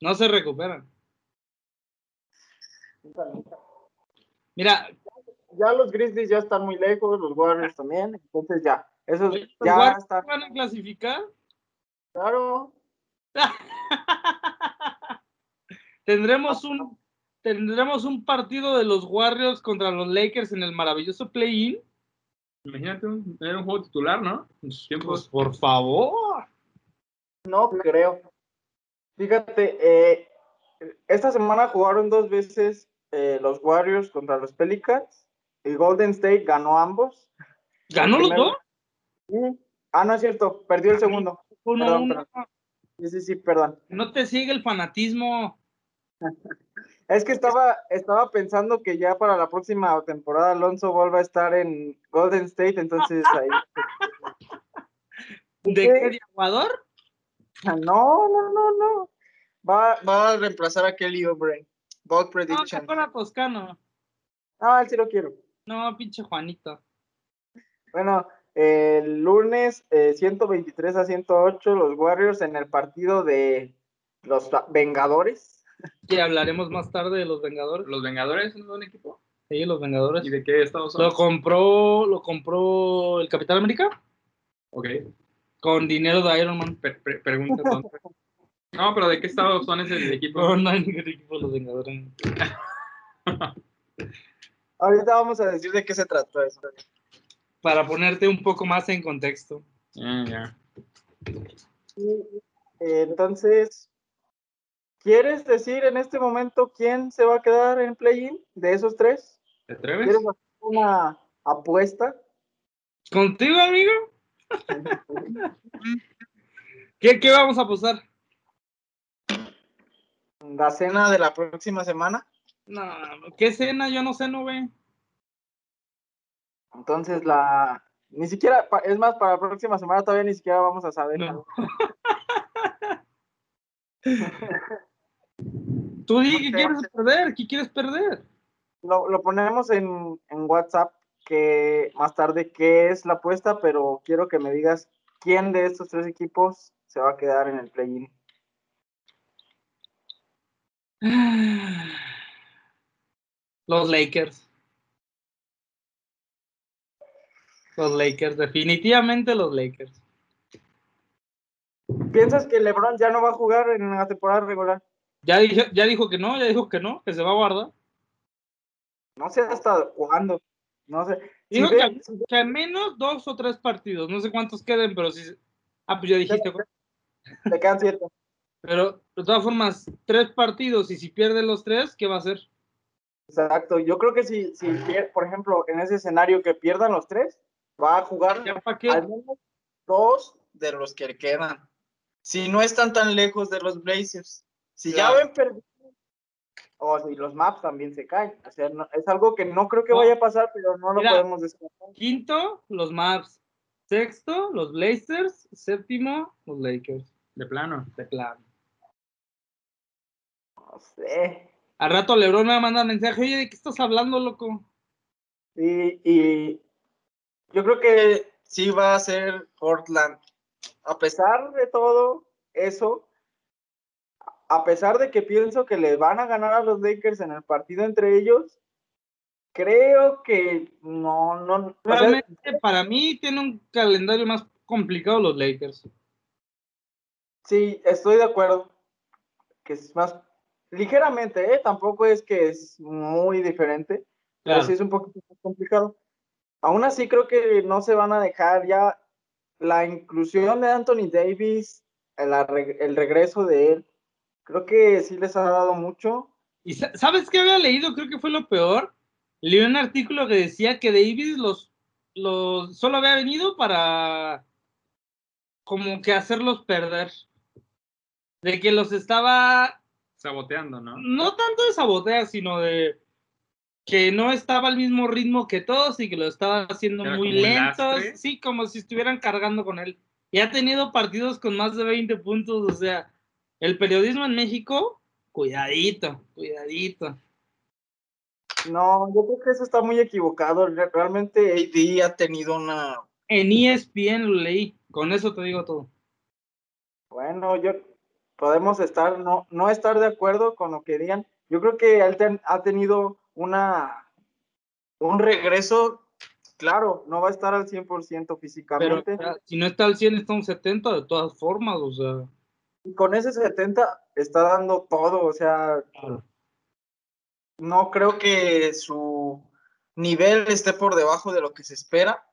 A: no se recuperan. Mira,
B: Ya los Grizzlies ya están muy lejos, los Warriors también. Entonces ya, esos
A: Oye, los
B: ya
A: Warriors
B: están.
A: ¿van a clasificar?
B: Claro.
A: tendremos un tendremos un partido de los Warriors contra los Lakers en el maravilloso play-in.
C: Imagínate un- tener un juego titular, ¿no? En sus
A: Pues
C: tiempos.
A: por favor.
B: No creo. Fíjate, eh, esta semana jugaron dos veces eh, los Warriors contra los Pelicans. El Golden State ganó ambos.
A: ¿Ganó los
B: Primero-
A: dos?
B: Y- ah, no es cierto, perdió el segundo.
A: Uno,
B: Perdón,
A: uno.
B: Sí, sí, sí, perdón.
A: No te sigue el fanatismo.
B: Es que estaba, estaba pensando que ya para la próxima temporada Alonso vuelva a estar en Golden State, entonces ahí.
A: ¿De
B: Sí.
A: qué de Aguador?
B: Ah, No, no, no, no. Va, va a reemplazar a Kelly O'Brien. Bold
A: No,
B: prediction.
A: que fuera Toscano.
B: Ah, él sí lo quiero.
A: No, pinche Juanito.
B: Bueno, el lunes eh, 123 a 108 los Warriors en el partido de los Vengadores.
A: Que hablaremos más tarde de los Vengadores.
C: ¿Los Vengadores son un buen equipo?
A: Sí, los Vengadores.
C: ¿Y de qué estados son?
A: Lo compró, lo compró el Capitán América
C: Ok,
A: con dinero de Iron Man.
C: per- pre- pregunta tonta. No, pero ¿de qué estados son ese
A: No,
C: equipo?
A: no hay ningún equipo de los Vengadores.
B: Ahorita vamos a decir de qué se trató eso.
A: Para ponerte un poco más en contexto.
C: Ah, ya.
B: Y, eh, entonces, ¿quieres decir en este momento quién se va a quedar en play-in de esos tres?
C: ¿Te atreves?
A: Pues,
B: ¿Quieres hacer una apuesta?
A: ¿Contigo, amigo? ¿Qué, qué vamos a posar?
B: La cena de la próxima semana.
A: No, ¿qué cena? Yo no sé, no ve.
B: Entonces, la. Ni siquiera, pa- es más, para la próxima semana todavía ni siquiera vamos a saber.
A: No. Tú di qué quieres perder, qué quieres perder.
B: Lo, lo ponemos en, en WhatsApp que más tarde qué es la apuesta, pero quiero que me digas quién de estos tres equipos se va a quedar en el play-in.
A: Los Lakers. Los Lakers, definitivamente los Lakers.
B: ¿Piensas que LeBron ya no va a jugar en la temporada regular?
A: Ya dijo, ya dijo que no, ya dijo que no, que se va a guardar.
B: No sé hasta cuándo. No sé. Si
A: Dijo
B: ve-
A: que,
B: si ve-
A: que al menos dos o tres partidos, no sé cuántos queden, pero sí. Ah, pues ya dijiste.
B: te quedan siete.
A: Pero de todas formas, tres partidos y si pierde los tres, ¿qué va a hacer?
B: Exacto. Yo creo que si, si pier- por ejemplo, en ese escenario que pierdan los tres, va a jugar
A: ¿Ya para qué?
B: al menos dos de los que le quedan.
D: si no están tan lejos de los Blazers. Si
B: Claro.
D: ya ven perdido,
B: O si los maps también se caen. O sea, no- es algo que no creo que
A: No.
B: vaya a pasar, pero no lo
A: Mira.
B: podemos descartar.
A: Quinto, los Mavs. Sexto, los Blazers. Séptimo, los Lakers.
C: de plano.
A: De plano.
B: No sé.
A: Al rato LeBron me manda mensaje, oye, ¿de qué estás hablando, loco?
B: Y, y yo creo que
D: sí va a ser Portland.
B: a pesar de todo eso, a pesar de que pienso que le van a ganar a los Lakers en el partido entre ellos, creo que no, no, o sea,
A: Realmente, para mí, tiene un calendario más complicado los Lakers.
B: sí, estoy de acuerdo. Que es más ligeramente, ¿eh? tampoco es que es muy diferente, pero
A: Claro.
B: sí es un poquito más complicado. Aún así, creo que no se van a dejar ya la inclusión de Anthony Davis, el, arre- el regreso de él. Creo que sí les ha dado mucho.
A: ¿Y sa- sabes qué había leído? Creo que fue lo peor. Leí un artículo que decía que Davis los, los solo había venido para como que hacerlos perder. De que los estaba
C: Saboteando, ¿no?
A: no tanto de sabotear, sino de que no estaba al mismo ritmo que todos y que lo estaba haciendo
C: Era
A: muy
C: como un
A: lentos.
C: lastre.
A: Sí, como si estuvieran cargando con él. Y ha tenido partidos con más de 20 puntos. O sea, el periodismo en México, cuidadito, cuidadito.
B: No, yo creo que eso está muy equivocado. Re- Realmente,
D: AD ha tenido una
A: En E ESPN lo leí. Con eso te digo todo.
B: bueno, yo podemos estar, no, no estar de acuerdo con lo que digan. Yo creo que él ten- ha tenido una, un regreso, claro, no va a estar al 100%
A: Pero
B: físicamente.
A: o sea, si no está al 100, está un 70 de todas formas. O sea,
B: y con ese 70 está dando todo, o sea,
D: no creo que su nivel esté por debajo de lo que se espera.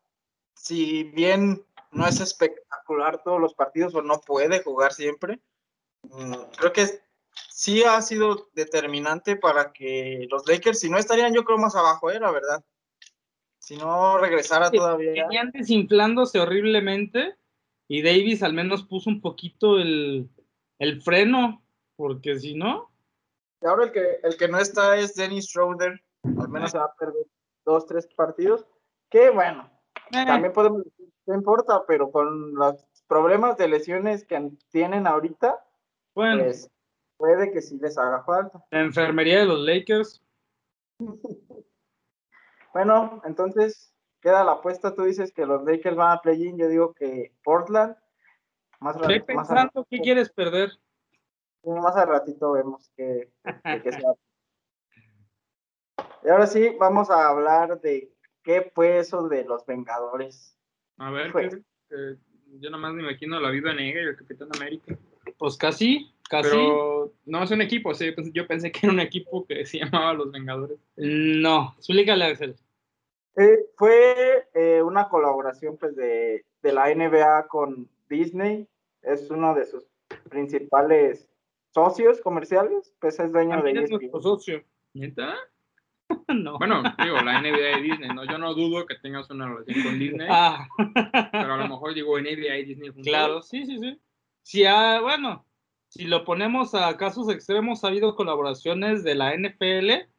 D: Si bien no es espectacular todos los partidos o no puede jugar siempre, mm, creo que sí ha sido determinante para que los Lakers, si no estarían yo creo más abajo, eh, la verdad. Si no regresara
A: Sí,
D: todavía.
A: venían desinflándose horriblemente y Davis al menos puso un poquito el, el freno, porque si no,
D: Y ahora el que, el que no está es Dennis Schroeder.
B: al menos se va a perder dos, tres partidos. Que bueno,
A: eh,
B: también podemos decir, no importa, pero con los problemas de lesiones que tienen ahorita,
A: bueno,
B: pues puede que sí les haga falta.
A: la enfermería de los Lakers,
B: Bueno, entonces queda la apuesta. Tú dices que los Lakers van a play-in, yo digo que Portland. pues, Más, ra-
A: ve
B: más, a,
A: pensando qué quieres perder.
B: más a ratito vemos que, de qué se va. Y ahora sí, vamos a hablar de qué fue eso de los Vengadores.
C: A ver,
B: Pues.
C: ¿qué- eh, yo nomás me imagino la vida negra y el Capitán América.
A: Pues casi, casi.
C: Pero no es un equipo, sí, yo pensé- yo pensé que era un equipo que se llamaba Los Vengadores.
A: No, explícale Axel.
B: Eh, fue eh, una colaboración pues, de, de la NBA con Disney. Es uno de sus principales socios comerciales. Pues es dueño de
A: También es
B: Disney.
A: nuestro socio.
C: ¿Neta?
A: no.
C: Bueno, digo, la NBA de Disney, ¿no? Yo no dudo que tengas una relación con
B: eh.
C: Disney,
A: Ah,
C: pero a lo mejor digo NBA y Disney juntos.
A: claro, sí, sí, sí. Si ha- bueno, si lo ponemos a casos extremos, ha habido colaboraciones de la NFL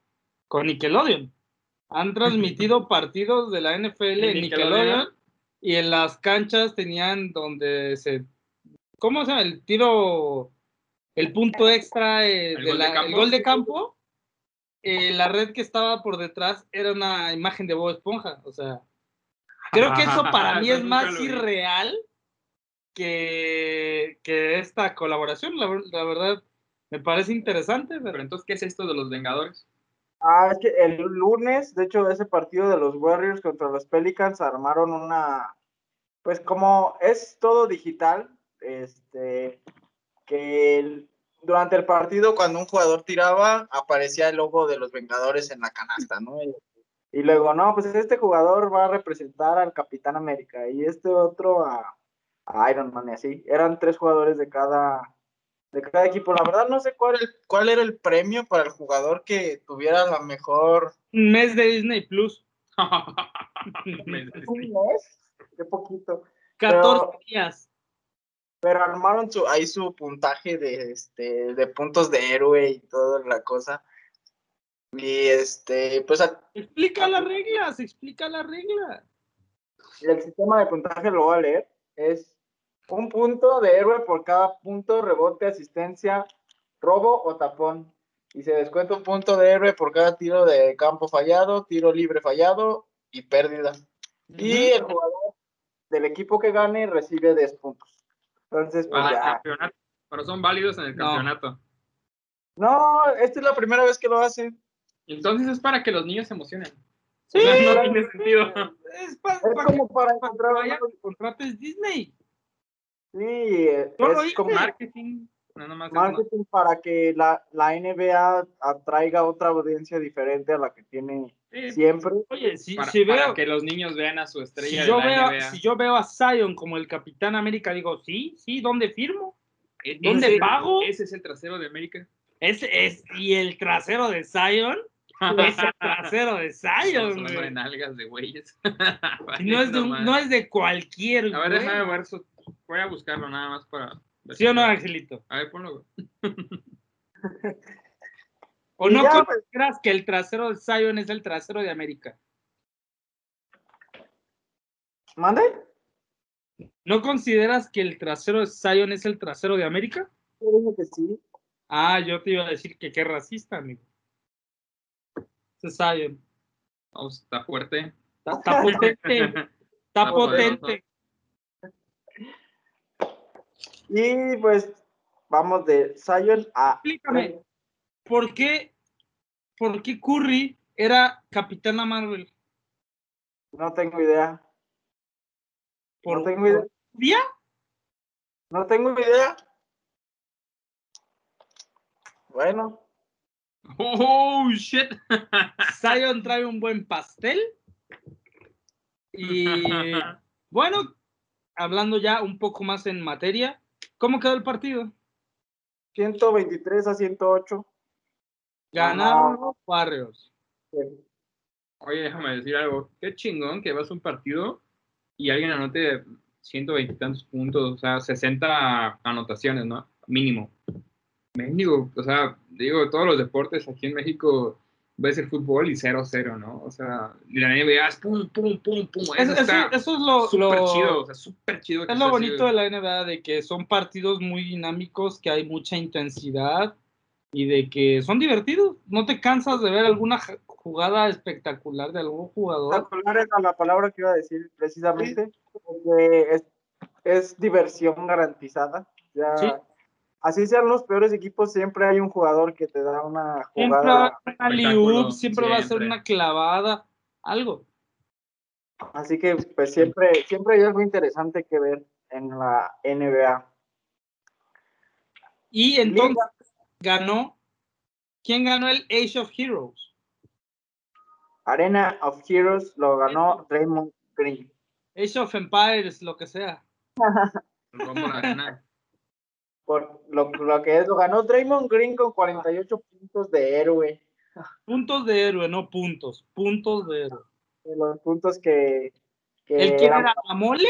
A: con Nickelodeon. Han transmitido partidos de la NFL en
C: ¿En
A: Nickelodeon?
C: Nickelodeon?
A: y en las canchas tenían donde se. ¿Cómo se llama? El tiro. El punto extra eh,
C: ¿El
A: de
C: gol
A: la-
C: de campo?
A: el gol de campo. eh, la red que estaba por detrás era una imagen de Bob Esponja. O sea, creo que eso para mí
C: Ah, Eso
A: es
C: nunca
A: más
C: lo vi.
A: irreal que, que esta colaboración. La, ver- la verdad, me parece interesante. pero-
C: Pero entonces, ¿qué es esto de Los Vengadores?
B: Ah, es que el lunes, de hecho, ese partido de los Warriors contra los Pelicans armaron una, pues como es todo digital, este,
D: que el- durante el partido cuando un jugador tiraba aparecía el logo de los Vengadores en la canasta, ¿no? Y-
B: y luego, no, pues este jugador va a representar al Capitán América y este otro a, a Iron Man y así. Eran tres jugadores de cada, de cada equipo. La verdad no sé cuál
D: ¿Cuál, cuál era el premio para el jugador que tuviera la mejor?
A: Un mes de Disney Plus.
C: Me-
B: es, qué poquito.
A: 14
B: Pero-
A: días.
D: Pero armaron su, ahí su puntaje de, este, de puntos de héroe y toda la cosa. Y este, pues a-
A: Explica las reglas, explica las reglas.
D: el sistema de puntaje lo voy a leer.
B: Es un punto de héroe por cada punto, rebote, asistencia, robo o tapón.
D: Y se descuenta un punto de héroe por cada tiro de campo fallado, tiro libre fallado y pérdida.
B: Y el jugador del equipo que gane recibe 10 puntos. Entonces, pues
C: Para el
B: ya.
C: campeonato. Pero son válidos en el
A: No.
C: campeonato.
D: No, esta es la primera vez que lo hacen.
C: Entonces es para que los niños se emocionen.
A: Sí,
C: O sea, no tiene sentido.
A: es para
B: Es como para encontrar
A: que vayan los contratos Disney.
B: Sí, eh,
A: No lo
B: es
A: hice.
B: como
C: Marketing. No, nomás es
B: marketing para que la, la NBA atraiga otra audiencia diferente a la que tiene
C: una- Sí,
B: siempre.
A: Eh, Oye, si,
C: para,
A: si
C: para
A: veo,
C: que los niños vean a su
A: si
C: estrella.
A: yo
C: de la
A: veo-
C: NBA.
A: si yo veo a Zion como el Capitán América, digo, sí, sí, ¿dónde firmo?
C: E-
A: ¿Dónde
C: ese-
A: pago?
C: Ese es el trasero de América.
A: Es, es, y el trasero de Zion es el trasero de
C: Estamos
A: Zion.
C: hablando
A: güey.
C: de nalgas de güeyes.
A: Y No es de, un- no es de cualquier.
C: A ver,
A: güey.
C: déjame ver su... Voy a buscarlo nada más para... ver
A: ¿Sí o
C: si-
A: no, Angelito?
C: A ver, ponlo. güey.
A: ¿O
B: Y
A: no
B: ya, pues.
A: consideras que el trasero de Zion es el trasero de América?
B: ¿Mande?
A: ¿No consideras que el trasero de Zion es el trasero de América?
B: Yo dije que sí.
A: Ah, yo te iba a decir que qué racista, amigo. Ese Zion.
C: Vamos, Oh, está fuerte.
A: Está, está potente. Está
C: Ah, poderoso.
A: potente.
B: Y pues vamos de Zion a.
A: Explícame, ¿por qué, por qué Curry era Capitana Marvel?
B: No tengo idea.
A: ¿Por,
B: no tengo idea.
A: por día?
B: No tengo idea.
D: Bueno,
C: Oh, shit.
A: Zion trae un buen pastel. Y bueno, hablando ya un poco más en materia, ¿cómo quedó el partido?
B: 123 a 108.
A: Ganaron los Warriors.
C: Oye, déjame decir algo. Qué chingón que vas a un partido y alguien anote 120 y tantos puntos, o sea, 60 anotaciones, ¿no? Mínimo. México, o sea, digo, todos los deportes aquí en México ves el fútbol y 0-0, ¿no? O sea, y la NBA es pum, pum, pum, pum.
A: Eso,
C: Eso
A: eso-
C: está
A: eso es lo,
C: súper
A: lo-
C: chido, o sea, súper chido. que
A: es lo
C: sea así.
A: bonito de la NBA, de que son partidos muy dinámicos, que hay mucha intensidad y de que son divertidos. No te cansas de ver alguna ja- jugada espectacular de algún jugador.
B: Espectacular era la palabra que iba a decir precisamente. porque es, es diversión garantizada. Ya,
A: Sí.
B: Así sean los peores equipos, siempre hay un jugador que te da una
A: Siempre va a
B: jugada.
A: haber una liup,
C: Espectáculo,
A: siempre va a ser
C: siempre.
A: una clavada, algo.
B: Así que pues siempre, siempre hay algo interesante que ver en la NBA.
A: Y entonces ganó. ¿Quién ganó el Age of Heroes?
B: Arena of Heroes lo ganó Draymond Green.
A: Age of Empires, lo que sea.
C: Rumbo a la arena.
B: Por lo, lo que es, lo ganó Draymond Green con 48 puntos de héroe.
A: Puntos de héroe, no puntos. Puntos de héroe.
B: De los puntos que. que
A: ¿El quién
B: eran-
A: era? ¿La mole?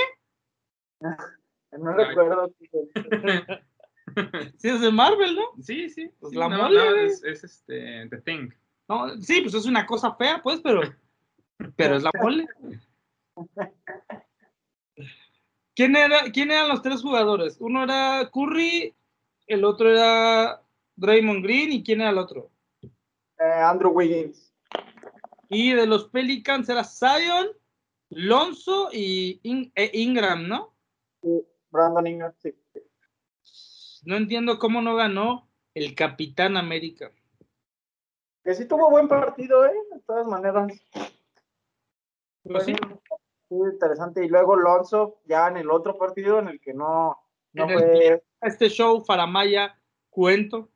B: No recuerdo.
A: Sí, es de Marvel, ¿no?
C: Sí, sí.
A: Pues
C: sí,
A: la mole, güey.
C: es, es este, The Thing.
A: No, sí, pues es una cosa fea, pues, pero, pero es la mole. ¿Quién, era, ¿Quién eran los tres jugadores? Uno era Curry, el otro era Draymond Green y quién era el otro.
B: eh, Andrew Wiggins.
A: Y de los Pelicans era Zion, Lonzo y In- e Ingram, ¿no?
B: Brandon Ingram, sí.
A: No entiendo cómo no ganó el Capitán América.
B: Que sí tuvo buen partido, ¿eh? De todas maneras.
A: Pues sí,
B: Muy interesante. Y luego Lonzo, ya en el otro partido en el que no, no
A: En el
B: fue.
A: este show, Faramaya, cuento.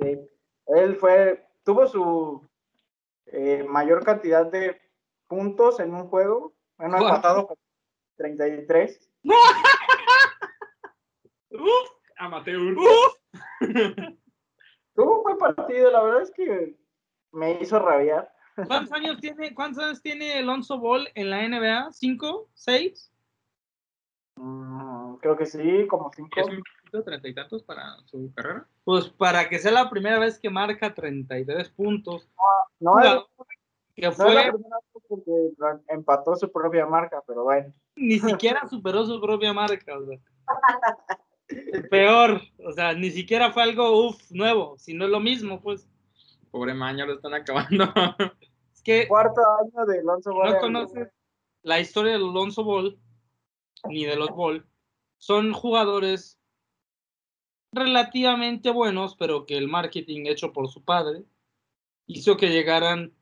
B: sí. él fue. Tuvo su eh, mayor cantidad de puntos en un juego. Bueno,
A: Wow.
B: empatado con 33.
A: ¡Uf!
C: Amateur.
A: ¡Uf!
B: Tuvo un buen partido, la verdad es que me hizo rabiar.
A: ¿Cuántos años tiene, cuántos años tiene Alonso Ball en la NBA? ¿Cinco? ¿Seis?
B: Mm, Creo que sí, como cinco.
C: ¿Es un poquito treinta y tantos para su carrera?
A: Pues para que sea la primera vez que marca 33 puntos.
B: No, es-
A: Jugador que
B: no es la
A: fue,
B: primera vez porque lo- empató su propia marca, pero bueno.
A: ni siquiera superó su propia marca. o sea. Peor, o sea, ni siquiera fue algo uff nuevo, sino es lo mismo, pues.
C: Pobre man, ya lo están acabando.
A: Es que
B: Cuarto año de Alonso
A: no
B: Ball.
A: conoces la historia de Alonso Ball ni de los Ball. Son jugadores relativamente buenos, pero que el marketing hecho por su padre hizo que llegaran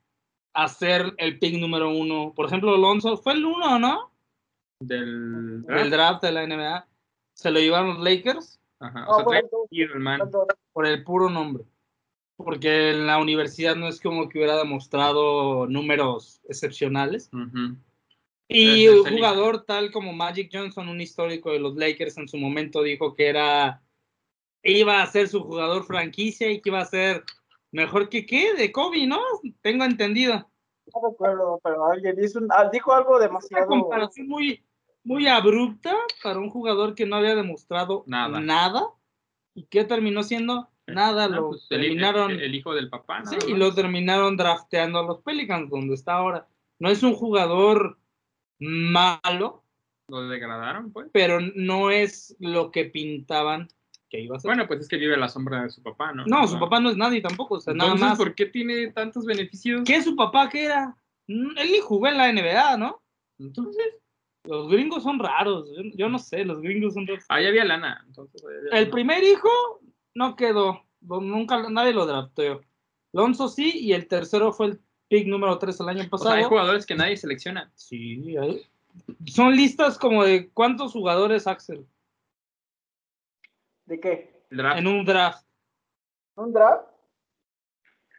A: a ser el pick número uno. Por ejemplo, Alonso fue el uno, ¿no?
C: Del.
A: El draft de la NBA. Se lo llevaron los Lakers
C: Ajá,
B: No,
C: o sea,
B: fue
C: trae
B: el dos,
C: tiro el man.
B: fue el dos.
A: por el puro nombre. Porque en la universidad no es como que hubiera demostrado números excepcionales.
C: Ujú.
A: Y
C: Gracias,
A: un
C: Eli.
A: jugador tal como Magic Johnson, un histórico de los Lakers, en su momento dijo que era iba a ser su jugador franquicia y que iba a ser mejor que qué de Kobe, ¿no? Tengo entendido.
B: No recuerdo, pero alguien hizo un- ah, dijo algo
A: Una
B: demasiado.
A: comparación muy, muy abrupta para un jugador que no había demostrado
C: Nada.
A: nada, y que terminó siendo nada.
C: Ah,
A: Lo
C: pues, el,
A: terminaron
C: el- el hijo del papá. nada
A: Sí,
C: más.
A: y lo terminaron drafteando a los Pelicans, donde está ahora. No es un jugador malo,
C: Lo degradaron, pues.
A: pero no es lo que pintaban que iba a ser.
C: Bueno, pues es que vive a la sombra de su papá, ¿no?
A: no,
C: O
A: su
C: sea,
A: papá no es nadie tampoco, o sea,
C: Entonces,
A: nada más.
C: ¿por qué tiene tantos beneficios?
A: ¿Qué su papá que era? Mm, Él ni jugó en la NBA, ¿no?
C: Entonces,
A: Los gringos son raros, yo, yo no sé, los gringos son raros.
C: ahí había lana. Entonces, ahí había
A: El
C: lana.
A: primer hijo no quedó, no- nunca nadie lo drafteó. Lonzo sí, y el tercero fue el pick número 3 el año
C: O sea,
A: pasado.
C: hay jugadores que nadie selecciona.
A: Sí, hay- Son listas como de cuántos jugadores, Axel,
B: ¿De qué?
C: El draft.
A: en un draft.
B: ¿Un draft?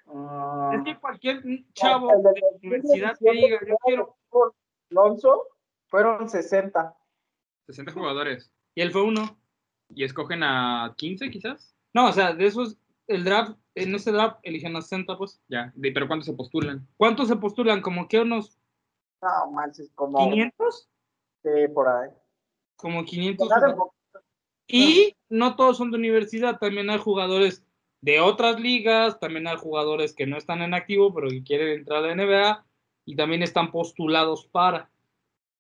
B: Ah,
A: Es que cualquier chavo
B: el de
A: de la universidad que diga, yo quiero
B: por Alonso fueron 60.
C: 60 jugadores.
A: Y él fue uno.
C: Y escogen a 15, quizás.
A: No, o sea, de esos, el draft, en ese draft eligen a 60, pues.
C: Ya. De- pero ¿cuántos se postulan?
A: ¿Cuántos se postulan? ¿Como que unos
B: No, manches, como
A: 500?
B: sí, por ahí.
A: Como 500.
B: Nada de
A: jugadores. Y no todos son de universidad, también hay jugadores de otras ligas, también hay jugadores que no están en activo, pero que quieren entrar a la NBA y también están postulados para.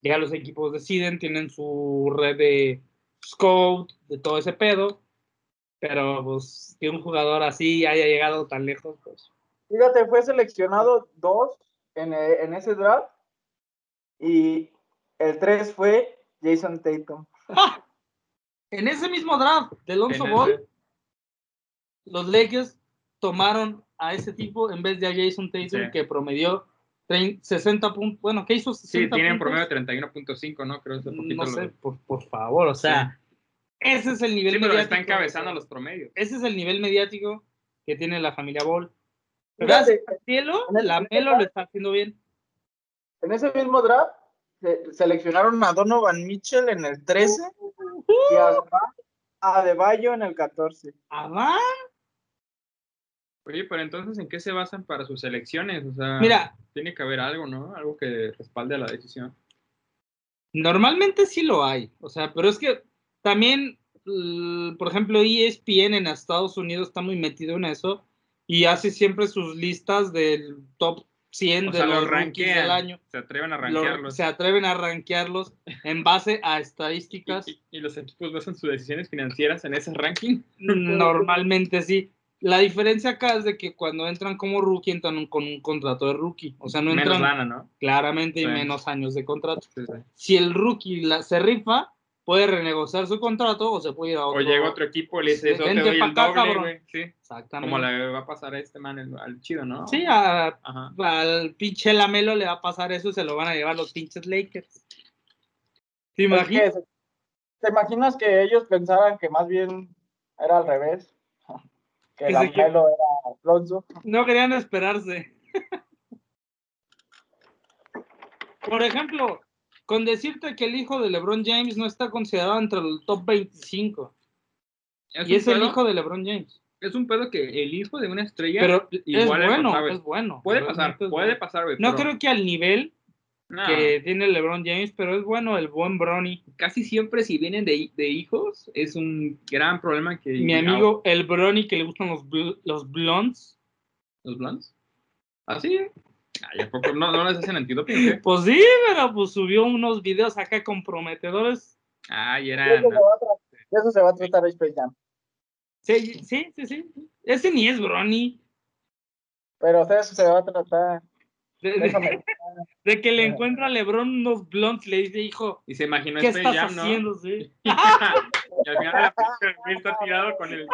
A: Ya los equipos deciden, tienen su red de scout, de todo ese pedo, pero pues que un jugador así haya llegado tan lejos, pues.
B: Fíjate, fue seleccionado dos en, e- en ese draft y el tres fue Jason Tatum.
A: En ese mismo draft de Alonso
C: En
A: Ball,
C: ese-
A: los Lakers tomaron a ese tipo en vez de a Jason Tatum,
C: Sí.
A: que promedió trein- 60 puntos. Bueno, ¿qué hizo?
C: Sí,
A: 60
C: tienen
A: puntos?
C: promedio de 31.5, ¿no? Creo que es poquito
A: No
C: lo-
A: sé, por, por favor, o sea, ese es el nivel
C: Sí, pero está
A: mediático,
C: encabezando los promedios.
A: Ese es el nivel mediático que tiene la familia Ball. Gracias
B: Fíjate,
A: al cielo,
B: en el-
A: la Melo lo está haciendo bien.
B: en ese mismo draft se- seleccionaron a Donovan Mitchell en el 13 y a Adeba- a Adebayo en el 14.
C: Ah.
A: Adán.
C: Oye, pero entonces, ¿en qué se basan para sus elecciones? O sea,
A: Mira,
C: tiene que haber algo, ¿no? Algo que respalde a la decisión.
A: normalmente sí lo hay, o sea, pero es que también, l- por ejemplo, E ESPN en Estados Unidos está muy metido en eso y hace siempre sus listas del top 100
C: O
A: de
C: sea,
A: los
C: los
A: rankings
C: rankean.
A: del año.
C: Se atreven a
A: Lo-
C: rankearlos.
A: se atreven a rankearlos en base a estadísticas.
C: Y, y- y los equipos basan sus decisiones financieras en ese ranking.
A: Normalmente sí. La diferencia acá es de que cuando entran como rookie entran un- con un contrato de rookie. O sea, no
C: Menos
A: entran
C: lana, ¿no?
A: claramente y
C: Sí.
A: menos años de contrato.
C: Sí, sí.
A: Si el rookie la, se rifa, puede renegociar su contrato o se puede ir a
C: O
A: otro.
C: llega otro equipo y le dice,
A: Sí,
C: eso te
A: vente
C: doy
A: pa'
C: el
A: acá,
C: doble,
A: cabrón.
C: güey. Sí.
A: Exactamente.
C: Como le va a pasar a este man, el- al chido, ¿no?
A: Sí, a-
C: Ajá.
A: al pinche Lamelo le va a pasar eso y se lo van a llevar los pinches Lakers. ¿Te
B: Pues Es que
A: imaginas?
B: se- ¿Te imaginas que ellos pensaran que más bien era al revés? Que
A: Que
B: la
A: se que-
B: Melo era Alonso.
A: No querían esperarse. Por ejemplo, con decirte que el hijo de LeBron James no está considerado entre el top 25.
C: Es,
A: y
C: un
A: es el
C: pedo-
A: hijo de LeBron James.
C: es un pedo que el hijo de una estrella
A: Pero es
C: igual es
A: bueno,
C: pasable.
A: es bueno.
C: Puede
A: Realmente
C: pasar,
A: es
C: puede
A: bueno.
C: pasar, güey.
A: No
C: pero-
A: creo que al nivel
C: No,
A: que tiene LeBron James, pero es bueno el buen Bronny.
C: casi siempre si vienen de, de hijos es un gran problema que...
A: Mi amigo el Bronny que le gustan los, bl- los blondes.
C: ¿Los Blondes? ¿Así? Ay, ¿a poco? ¿No, ¿No les hacen antidoping? o qué?
A: Pues sí, pero pues subió unos videos acá comprometedores.
C: Ay,
B: De
A: Ah,
C: eran...
B: eso se va a tra- de eso se va a tratar Space Jam.
A: Sí, sí, sí, sí. Ese ni es Bronny.
B: Pero de eso se va a tratar.
A: De, de-
B: Déjame.
A: de que le encuentra a LeBron unos blondes, le dice, hijo,
C: Y se imaginó
A: ¿qué
C: Space
A: estás
C: Jam, ¿no?
A: haciendo? Sí.
C: y al final de la película el güey está tirado con, el,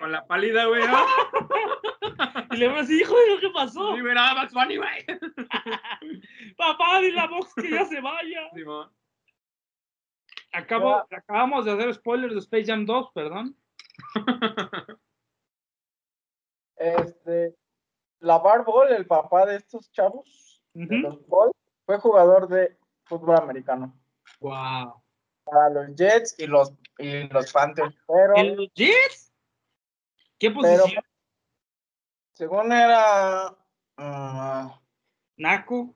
C: con la pálida, güey. ¿no?
A: Y LeBron así, hijo, ¿qué pasó?
C: Sí, güey, nada más funny, güey.
A: Papá, dile a Vox que ya se vaya.
C: Simón.
A: Acabo, acabamos de hacer spoilers de Space Jam 2, perdón.
B: Este, Lavar Ball, el papá de estos chavos, de
A: Ujú.
B: los Ball, fue jugador de fútbol americano
A: Wow.
B: para los Jets y los, y los Panthers. Pero
A: ¿En los Jets? ¿Qué
B: Pero-
A: posición?
B: según era. ah,
A: Naco.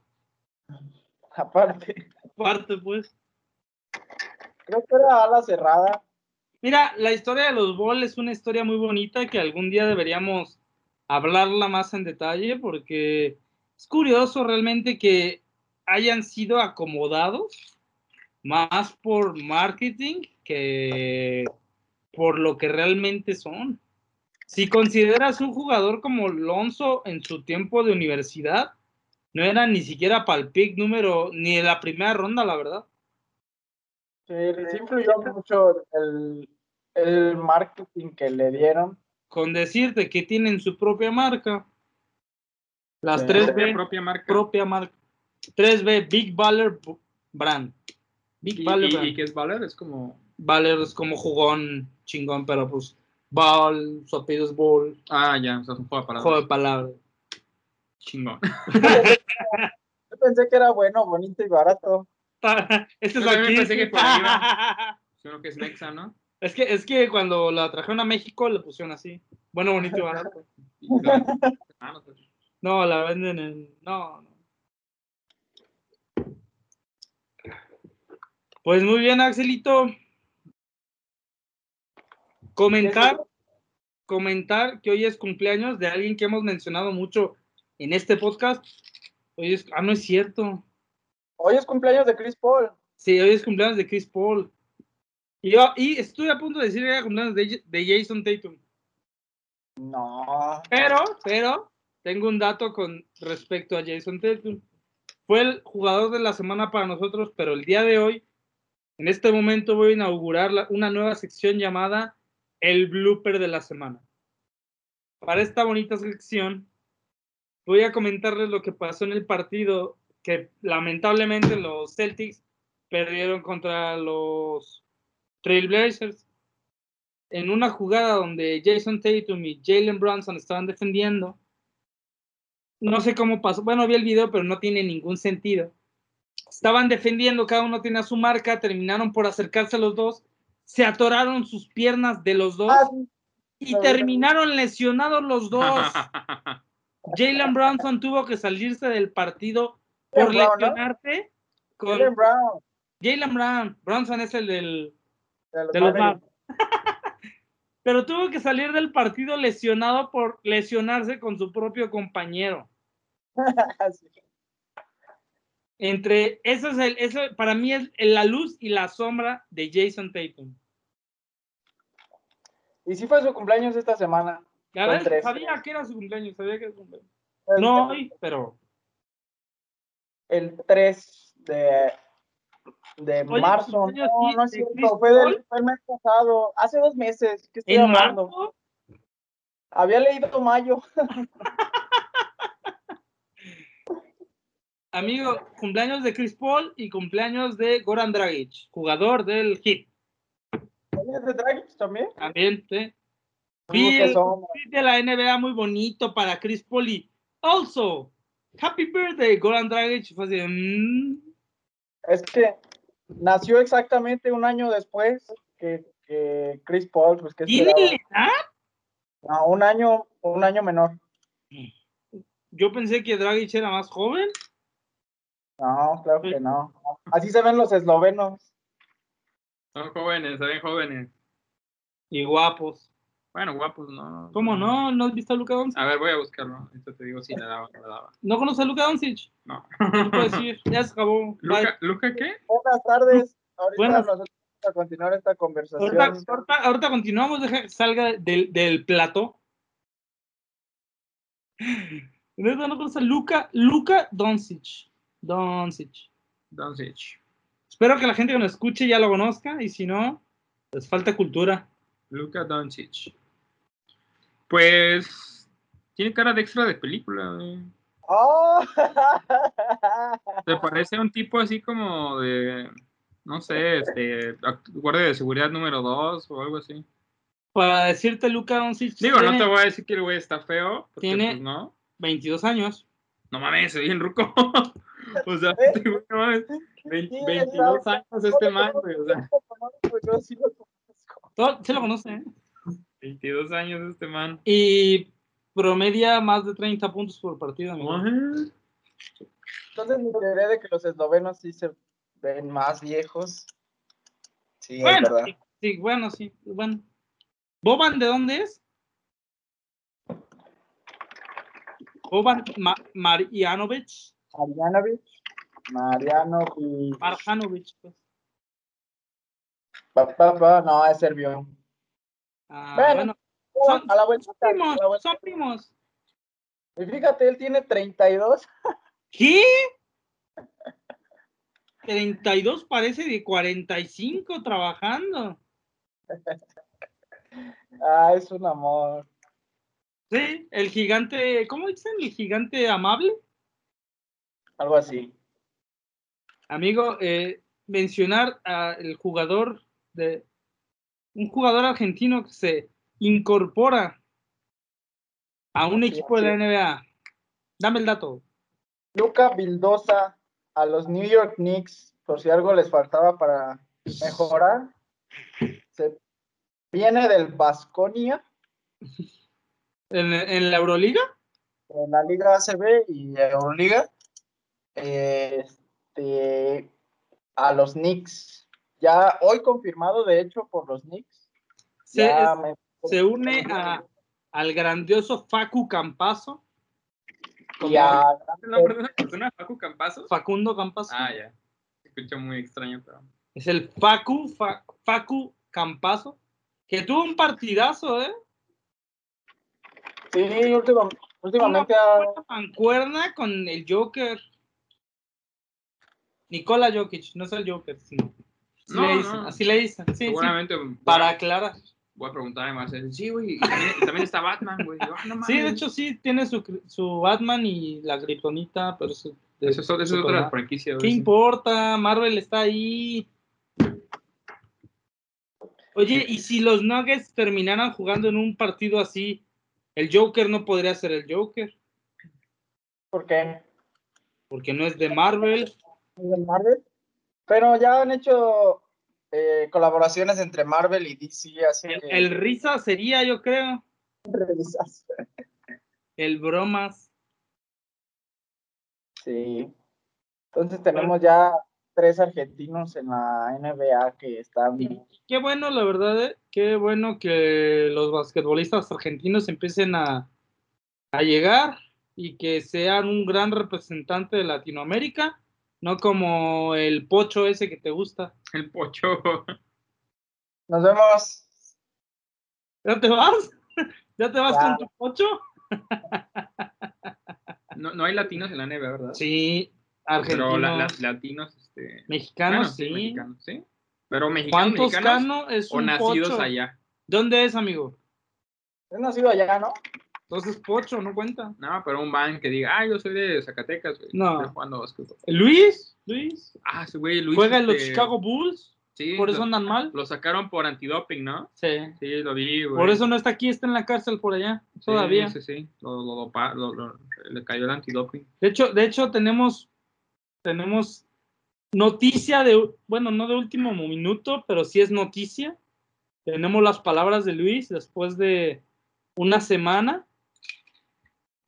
B: aparte,
A: Parte, pues.
B: creo que era ala cerrada.
A: Mira, la historia de los Ball es una historia muy bonita que algún día deberíamos hablarla más en detalle porque es curioso realmente que hayan sido acomodados más por marketing que por lo que realmente son. Si consideras un jugador como Lonzo en su tiempo de universidad, no era ni siquiera para el pick número, ni de la primera ronda, la verdad.
B: Sí, sí influyó mucho el, el marketing que le dieron.
A: con decirte que tienen su propia marca. Las
B: Sí.
C: Propia,
A: 3B,
C: propia marca.
A: propia marca. 3B, Big Baller Bu- Brand. Big
C: y,
A: Baller
C: y-
A: Brand.
C: y que es Valor, es como...
A: Baller es como jugón, chingón, pero pues Ball, su apellido es Ball,
C: Ah, ya, o sea, es un juego de palabras.
A: juego de palabras.
C: chingón.
B: Yo pensé que era bueno, bonito y barato.
A: Este es
C: Yo también
A: aquí.
C: pensé que por ahí iba. Es uno que es Nexa, ¿no?
A: es, que, es que cuando la trajeron a México le pusieron así. Bueno, bonito y barato.
C: Y- Ah, no, pues,
A: No, la venden en. No, no. Pues muy bien, Axelito. Comentar, comentar que hoy es cumpleaños de alguien que hemos mencionado mucho en este podcast. Hoy es, ah, no es cierto.
B: Hoy es cumpleaños de Chris Paul.
A: Sí, hoy es cumpleaños de Chris Paul. Y, yo, y estuve a punto de decir que era cumpleaños de, de Jason Tatum.
B: No.
A: Pero, pero, tengo un dato con respecto a Jason Tatum. Fue el jugador de la semana para nosotros, pero el día de hoy, en este momento, voy a inaugurar la- una nueva sección llamada El Blooper de la Semana. Para esta bonita sección, voy a comentarles lo que pasó en el partido que lamentablemente los Celtics perdieron contra los Trailblazers en una jugada donde Jason Tatum y Jalen Brunson estaban defendiendo. No sé cómo pasó. Bueno, vi el video, pero no tiene ningún sentido. Estaban defendiendo, cada uno tiene a su marca, terminaron por acercarse los dos, se atoraron sus piernas de los dos
B: Ah,
A: y
B: no, no.
A: terminaron lesionados los dos. Jalen Brunson tuvo que salirse del partido por
B: Jalen Brown, ¿no?
A: lesionarse con
B: Jalen Brown.
A: Jalen Brown. Brunson es el del
B: De los,
A: de los
B: Mavericks.
A: Mavs. Pero tuvo que salir del partido lesionado por lesionarse con su propio compañero.
B: Así.
A: Entre eso es el, eso para mí es la luz y la sombra de Jason Tatum.
B: Y sí fue su cumpleaños esta semana.
A: La
B: Son
A: verdad,
B: tres.
A: sabía que era su cumpleaños, sabía que era su cumpleaños.
B: El-
A: No hoy, pero
B: El 3 de, de
A: Oye,
B: marzo.
A: cumpleaños,
B: No,
A: sí,
B: no es
A: de
B: cierto.
A: Chris
B: Fue, del-
A: Paul.
B: fue el mes pasado. Hace dos meses. ¿Qué estoy
A: en
B: hablando?
A: marzo,
B: Había leído mayo.
A: amigo, cumpleaños de Chris Paul y cumpleaños de Goran Dragic, jugador del Hit.
B: ¿Oye, de Dragic también?
A: También, ¿sí?
B: Uy,
A: Vi
B: qué
A: el
B: sombra.
A: tweet de la NBA muy bonito para Chris Paul y also Happy Birthday Goran Dragic fue así, de, mm,
B: Es que nació exactamente un año después que, que Chris Paul. Pues, ¿qué
A: ¿tiene
B: esperaba?
A: edad?
B: No, un año, un año menor.
A: Yo pensé que Dragic era más joven.
B: No, claro
A: Pues,
B: que no. Así se ven los eslovenos.
C: Son jóvenes, se ven jóvenes.
A: Y guapos.
C: Bueno, guapos, no.
A: ¿Cómo no? ¿No has visto a Luka Doncic?
C: A ver, voy a buscarlo. Esto te digo si la daba o no la daba.
A: ¿No conoces a Luka Doncic?
C: No.
A: ¿Qué puedo decir? Ya se acabó. Bye.
C: ¿Luca, ¿Luca qué?
B: Buenas tardes. Ahorita
A: Buenas.
B: nosotros vamos a continuar esta conversación.
A: Ahorita, ahorita- ahorita continuamos, deja que salga del, del plato. Neta, no conoces a Luca, Luca Doncic. Doncic.
C: Doncic.
A: Espero que la gente que nos escuche ya lo conozca y si no, les falta cultura.
C: Luca Doncic. Pues. Tiene cara de extra de película. güey.
B: ¡Oh!
C: Se parece a un tipo así como de. No sé, este. act- Guardia de seguridad número 2 o algo así.
A: Para decirte, Luca Doncic
C: Digo, no
A: tiene
C: te voy a decir que el güey está feo. Porque,
A: Tiene-
C: pues, no.
A: 22 años.
C: No mames, soy bien ruco. o sea,
A: Eh,
C: este güey, no mames. vein-
B: Sí,
C: 22
B: exacto.
C: años este man, güey. O sea,
B: Pues yo sí lo conozco.
A: Todo, sí lo conoce, ¿eh?
C: 22 años este man.
A: Y promedia más de 30 puntos por partido. amigo.
C: Ah, Ujú.
B: Entonces me enteré de que los eslovenos sí se ven más viejos. Sí, es
A: Bueno,
B: verdad.
A: sí, sí, bueno, sí, bueno. ¿Boban de dónde es? Boban Ma Marjanovic.
B: Marianovic. Mariano y...
A: Marjanovic, pues.
B: pa, pa, pa, No, es serbio.
A: Ah,
B: Bueno,
A: bueno,
B: Oh, a la vuelta.
A: son primos,
B: a la vuelta.
A: son primos.
B: Y fíjate, él tiene 32.
A: ¿Qué? 32 parece de 45 trabajando.
B: Ah, es un amor.
A: Sí, el gigante, ¿cómo dicen? El gigante amable.
B: Algo así.
A: Amigo, eh, mencionar al jugador de un jugador argentino que se incorpora a un equipo de la NBA. Dame el dato.
B: Luca Vildosa a los New York Knicks, por si algo les faltaba para mejorar. Se viene del Vasconia
A: ¿En, en la Euroliga?
B: en la Liga ACB y Euroliga. Este, a los Knicks. Ya hoy confirmado, de hecho, por los Knicks.
A: Se,
B: Ya
A: es-
B: me-
A: se une a- al grandioso Facu Campazo,
B: y a-
C: ¿Es el nombre de una persona? ¿Facu Campazo?
A: Facundo Campazo.
C: Ah, ya. Se escucha muy extraño, pero.
A: Es el Facu, Fa- Facu Campazo, que tuvo un partidazo, ¿eh?
B: sí, última- últimamente ha-
A: Una mancuerna con el Joker. Nicola Jokic, no es el Joker, sino. Así,
C: No,
A: le dicen,
C: no.
A: así le dicen. Sí, sí,
C: Seguramente. voy a-
A: para aclarar.
C: Voy a preguntarle más. Sí, güey. Y también, y también está Batman, güey. Yo, ah, no
A: Sí, de
C: mames.
A: hecho, sí, tiene su, cri- su Batman y la gritonita, pero eso. de
C: Eso es, eso es
A: Superman.
C: otra franquicia,
A: ¿Qué
C: güey. sí.
A: importa? Marvel está ahí. Oye, y si los Nuggets terminaran jugando en un partido así, el Joker no podría ser el Joker,
B: ¿Por qué?
A: porque no es de Marvel.
B: de Marvel. Pero ya han hecho eh, colaboraciones entre Marvel y DC hace
A: El, el Risa sería, yo creo. El Bromas.
B: Sí. Entonces tenemos ya tres argentinos en la NBA que están
A: Qué bueno, la verdad, ¿eh? qué bueno que los basquetbolistas argentinos empiecen a, a llegar y que sean un gran representante de Latinoamérica, no como el pocho ese que te gusta.
C: El pocho.
B: Nos vemos.
A: ¿Ya te vas? ¿Ya te vas
B: Ya.
A: con tu pocho?
C: No, no hay latinos en la NBA, ¿verdad?
A: Sí,
C: Pero
A: argentinos,
C: la- la- latinos, este.
A: mexicanos, sí.
C: bueno, mexicanos, sí. Pero mexicanos,
A: Juan
C: mexicanos.
A: Toscano es
C: O
A: un
C: nacidos
A: pocho.
C: allá.
A: ¿Dónde es, amigo?
B: Él nacido allá, ¿no?
A: Entonces, pocho, no cuenta.
C: No, pero un van que diga, ah, yo soy de Zacatecas, güey.
A: No.
C: Estoy jugando básquetbol.
A: ¿Luis? ¿Luis?
C: Ah, ese güey, Luis.
A: ¿Juega en los
C: este,
A: Chicago Bulls?
C: Sí.
A: ¿Por eso
C: lo,
A: andan mal?
C: lo sacaron por antidoping, ¿no?
A: Sí.
C: Sí, lo vi, güey.
A: Por eso no está aquí, está en la cárcel por allá,
C: Sí,
A: todavía.
C: Sí, sí, Lo, lo, dopa- lo- lo- le cayó el antidoping.
A: De hecho, de hecho tenemos, tenemos noticia de, bueno, no de último minuto, pero sí es noticia. Tenemos las palabras de Luis después de una semana.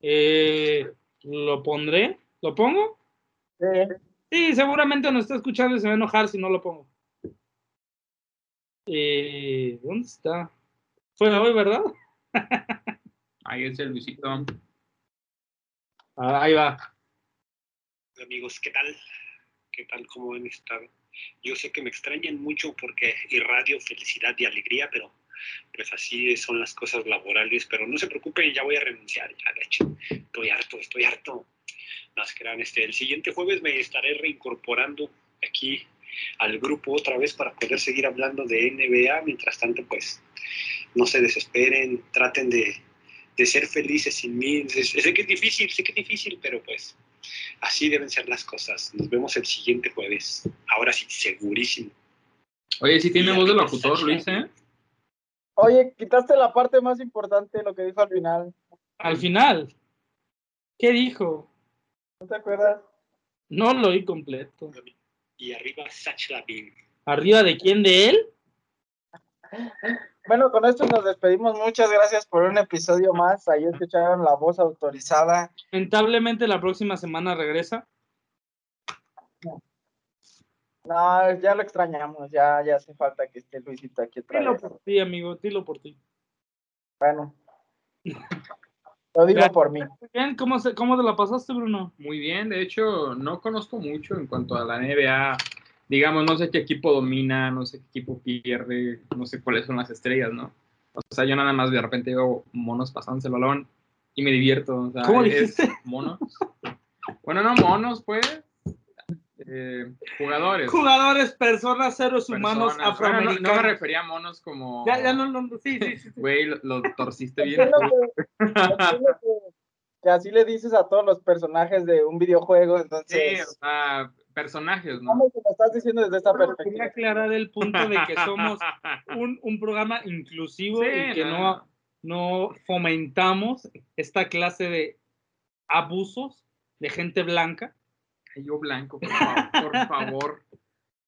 A: Eh, lo pondré, lo pongo.
B: Sí.
A: Sí, seguramente nos está escuchando y se va a enojar si no lo pongo. Eh, ¿Dónde está? Fue hoy, ¿verdad?
C: Ahí es el Luisito.
A: Ah, ahí va.
E: Amigos, ¿qué tal? ¿Qué tal? ¿Cómo ven esta? Yo sé que me extrañan mucho porque irradio felicidad y alegría, pero pues así son las cosas laborales. Pero no se preocupen, ya voy a renunciar, ya de hecho. Estoy harto, estoy harto. No se crean, este, el siguiente jueves me estaré reincorporando aquí al grupo otra vez para poder seguir hablando de NBA. Mientras tanto, pues no se desesperen, traten de, de ser felices sin mí. Sé, sé que es difícil, sé que es difícil, pero pues así deben ser las cosas. Nos vemos el siguiente jueves. Ahora sí, segurísimo.
C: Oye, sí tiene voz de locutor, Luis, ¿eh?
B: Oye, quitaste la parte más importante, lo que dijo al final.
A: Al final. ¿Qué dijo?
B: ¿No te acuerdas?
A: No lo oí completo.
E: Y arriba Sach Lavin.
A: ¿Arriba de quién? ¿De él?
B: Bueno, con esto nos despedimos. Muchas gracias por un episodio más. Ahí escucharon la voz autorizada.
A: Lamentablemente la próxima semana regresa.
B: No, ya lo extrañamos. Ya, ya hace falta que esté Luisito aquí otra
A: Dilo
B: vez.
A: por ti, amigo, dilo por ti.
B: Bueno. Lo digo por mí.
A: Bien, ¿Cómo, se- ¿Cómo te la pasaste, Bruno?
C: Muy bien, de hecho, no conozco mucho en cuanto a la NBA. Digamos, no sé qué equipo domina, no sé qué equipo pierde, no sé cuáles son las estrellas, ¿no? O sea, yo nada más de repente veo monos pasándose el balón y me divierto. O sea,
A: ¿Cómo
C: es
A: dijiste?
C: Monos. Bueno, no monos, pues. eh, jugadores.
A: Jugadores, personas, seres humanos,
C: personas. Bueno, no- no,
A: afroamericanos.
C: me refería a monos como.
A: Ya, ya no, no, no, sí, sí, sí. sí.
C: Güey, lo, lo torciste bien.
B: Entiendo que, entiendo que- que así le dices a todos los personajes de un videojuego,
C: sí, o
B: entonces.
C: sea, personajes, ¿no?
B: Vamos, que lo estás diciendo desde esta
A: Solo quería
B: perspectiva.
A: aclarar el punto de que somos un, un programa inclusivo
C: Sí,
A: y que no, no fomentamos esta clase de abusos de gente blanca.
C: Ay, Yo blanco, por favor. Por favor.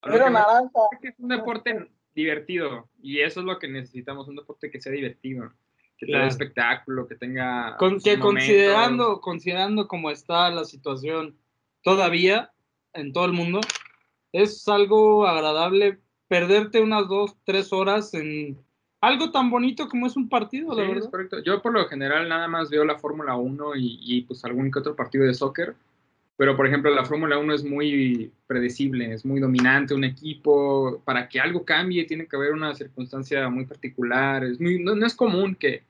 C: A lo
B: Pero
C: que me-
B: naranja.
C: que es un deporte divertido y eso es lo que necesitamos, un deporte que sea divertido, que tenga
A: Claro.
C: espectáculo, que tenga...
A: Con,
C: sus
A: que
C: momentos.
A: considerando, considerando cómo está la situación todavía en todo el mundo, es algo agradable perderte unas dos, tres horas en algo tan bonito como es un partido,
C: Sí,
A: la
C: es
A: verdad.
C: correcto. Yo por lo general nada más veo la Fórmula 1 y, y, pues algún que otro partido de soccer, pero por ejemplo la Fórmula 1 es muy predecible, es muy dominante, un equipo, para que algo cambie tiene que haber una circunstancia muy particular, es muy, no, no es común que,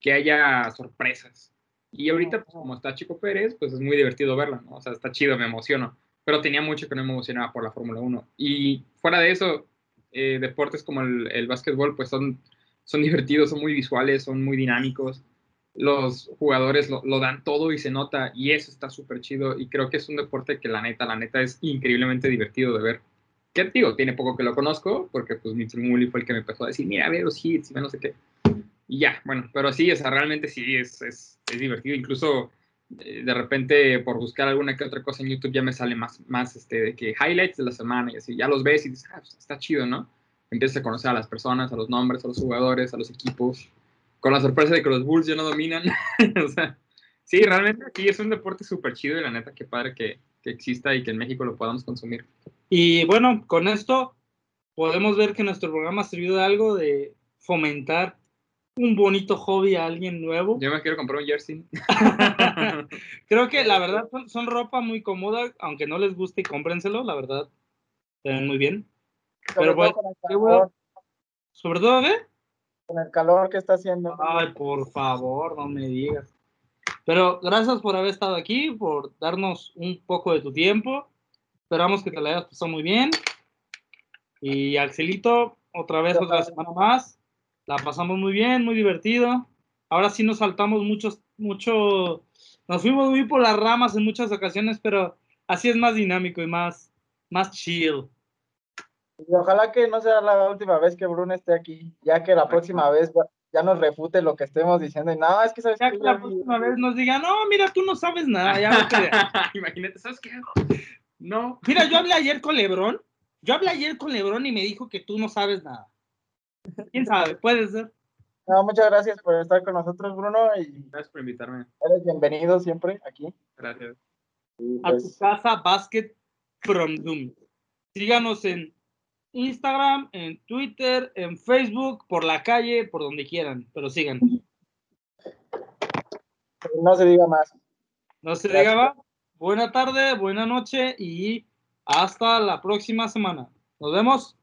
C: que haya sorpresas. Y ahorita, pues, como está Chico Pérez, pues es muy divertido verla, ¿no? O sea, está chido, me emociono. Pero tenía mucho que no me emocionaba por la Fórmula 1. Y fuera de eso, eh, deportes como el, el básquetbol, pues son, son divertidos, son muy visuales, son muy dinámicos. Los jugadores lo, lo dan todo y se nota, y eso está súper chido. Y creo que es un deporte que la neta, la neta es increíblemente divertido de ver. ¿Qué te digo? Tiene poco que lo conozco, porque pues Mitsumuli fue el que me empezó a decir, mira, ve los hits y ve no sé qué. Y ya, bueno, pero sí, o sea, realmente sí es, es, es divertido. Incluso eh, de repente por buscar alguna que otra cosa en YouTube ya me sale más, más este, de que highlights de la semana y así, ya los ves y dices, ah, pues, está chido, ¿no? Empiezas a conocer a las personas, a los nombres, a los jugadores, a los equipos, con la sorpresa de que los Bulls ya no dominan. o sea, sí, realmente sí es un deporte súper chido y la neta, qué padre que, que exista y que en México lo podamos consumir.
A: Y bueno, con esto podemos ver que nuestro programa sirvió de algo de fomentar un bonito hobby a alguien nuevo.
C: Yo me quiero comprar un jersey.
A: Creo que la verdad son, son ropa muy cómoda, aunque no les guste, cómprenselo, la verdad. Se ven muy bien.
B: Sobre
A: bueno,
B: todo con el
A: qué
B: calor,
A: bueno. Sobre todo, ¿eh?
B: con el calor que está haciendo.
A: Ay, por favor, no me digas. Pero gracias por haber estado aquí, por darnos un poco de tu tiempo. Esperamos que te la hayas pasado muy bien. Y Axelito, otra vez, otra semana más. La pasamos muy bien, muy divertido. Ahora sí nos saltamos muchos, mucho. Nos fuimos muy por las ramas en muchas ocasiones, pero así es más dinámico y más, más chill.
B: Y ojalá que no sea la última vez que Bruno esté aquí, ya que la próxima vez ya- ya nos refute lo que estemos diciendo. Y nada, es que sabes
A: Ya
B: qué?
A: que
B: Ya
A: la
B: vi-
A: próxima vez nos digan, no, mira, tú no sabes nada, ya vete".
C: Imagínate, ¿sabes qué? No.
A: Mira, yo hablé ayer con Lebrón. Yo hablé ayer con Lebrón y me dijo que tú no sabes nada. ¿Quién sabe? Puede ser.
B: No, muchas gracias por estar con nosotros, Bruno, y
C: Gracias por invitarme.
B: eres bienvenido siempre aquí.
C: Gracias.
B: Y
A: A tu
B: pues,
A: casa, básquet, From Doom. Síganos en Instagram, en Twitter, en Facebook, por la calle, por donde quieran, pero sigan.
B: No se diga más.
A: No se
B: Gracias.
A: diga más. Buena tarde, buena noche y hasta la próxima semana. Nos vemos.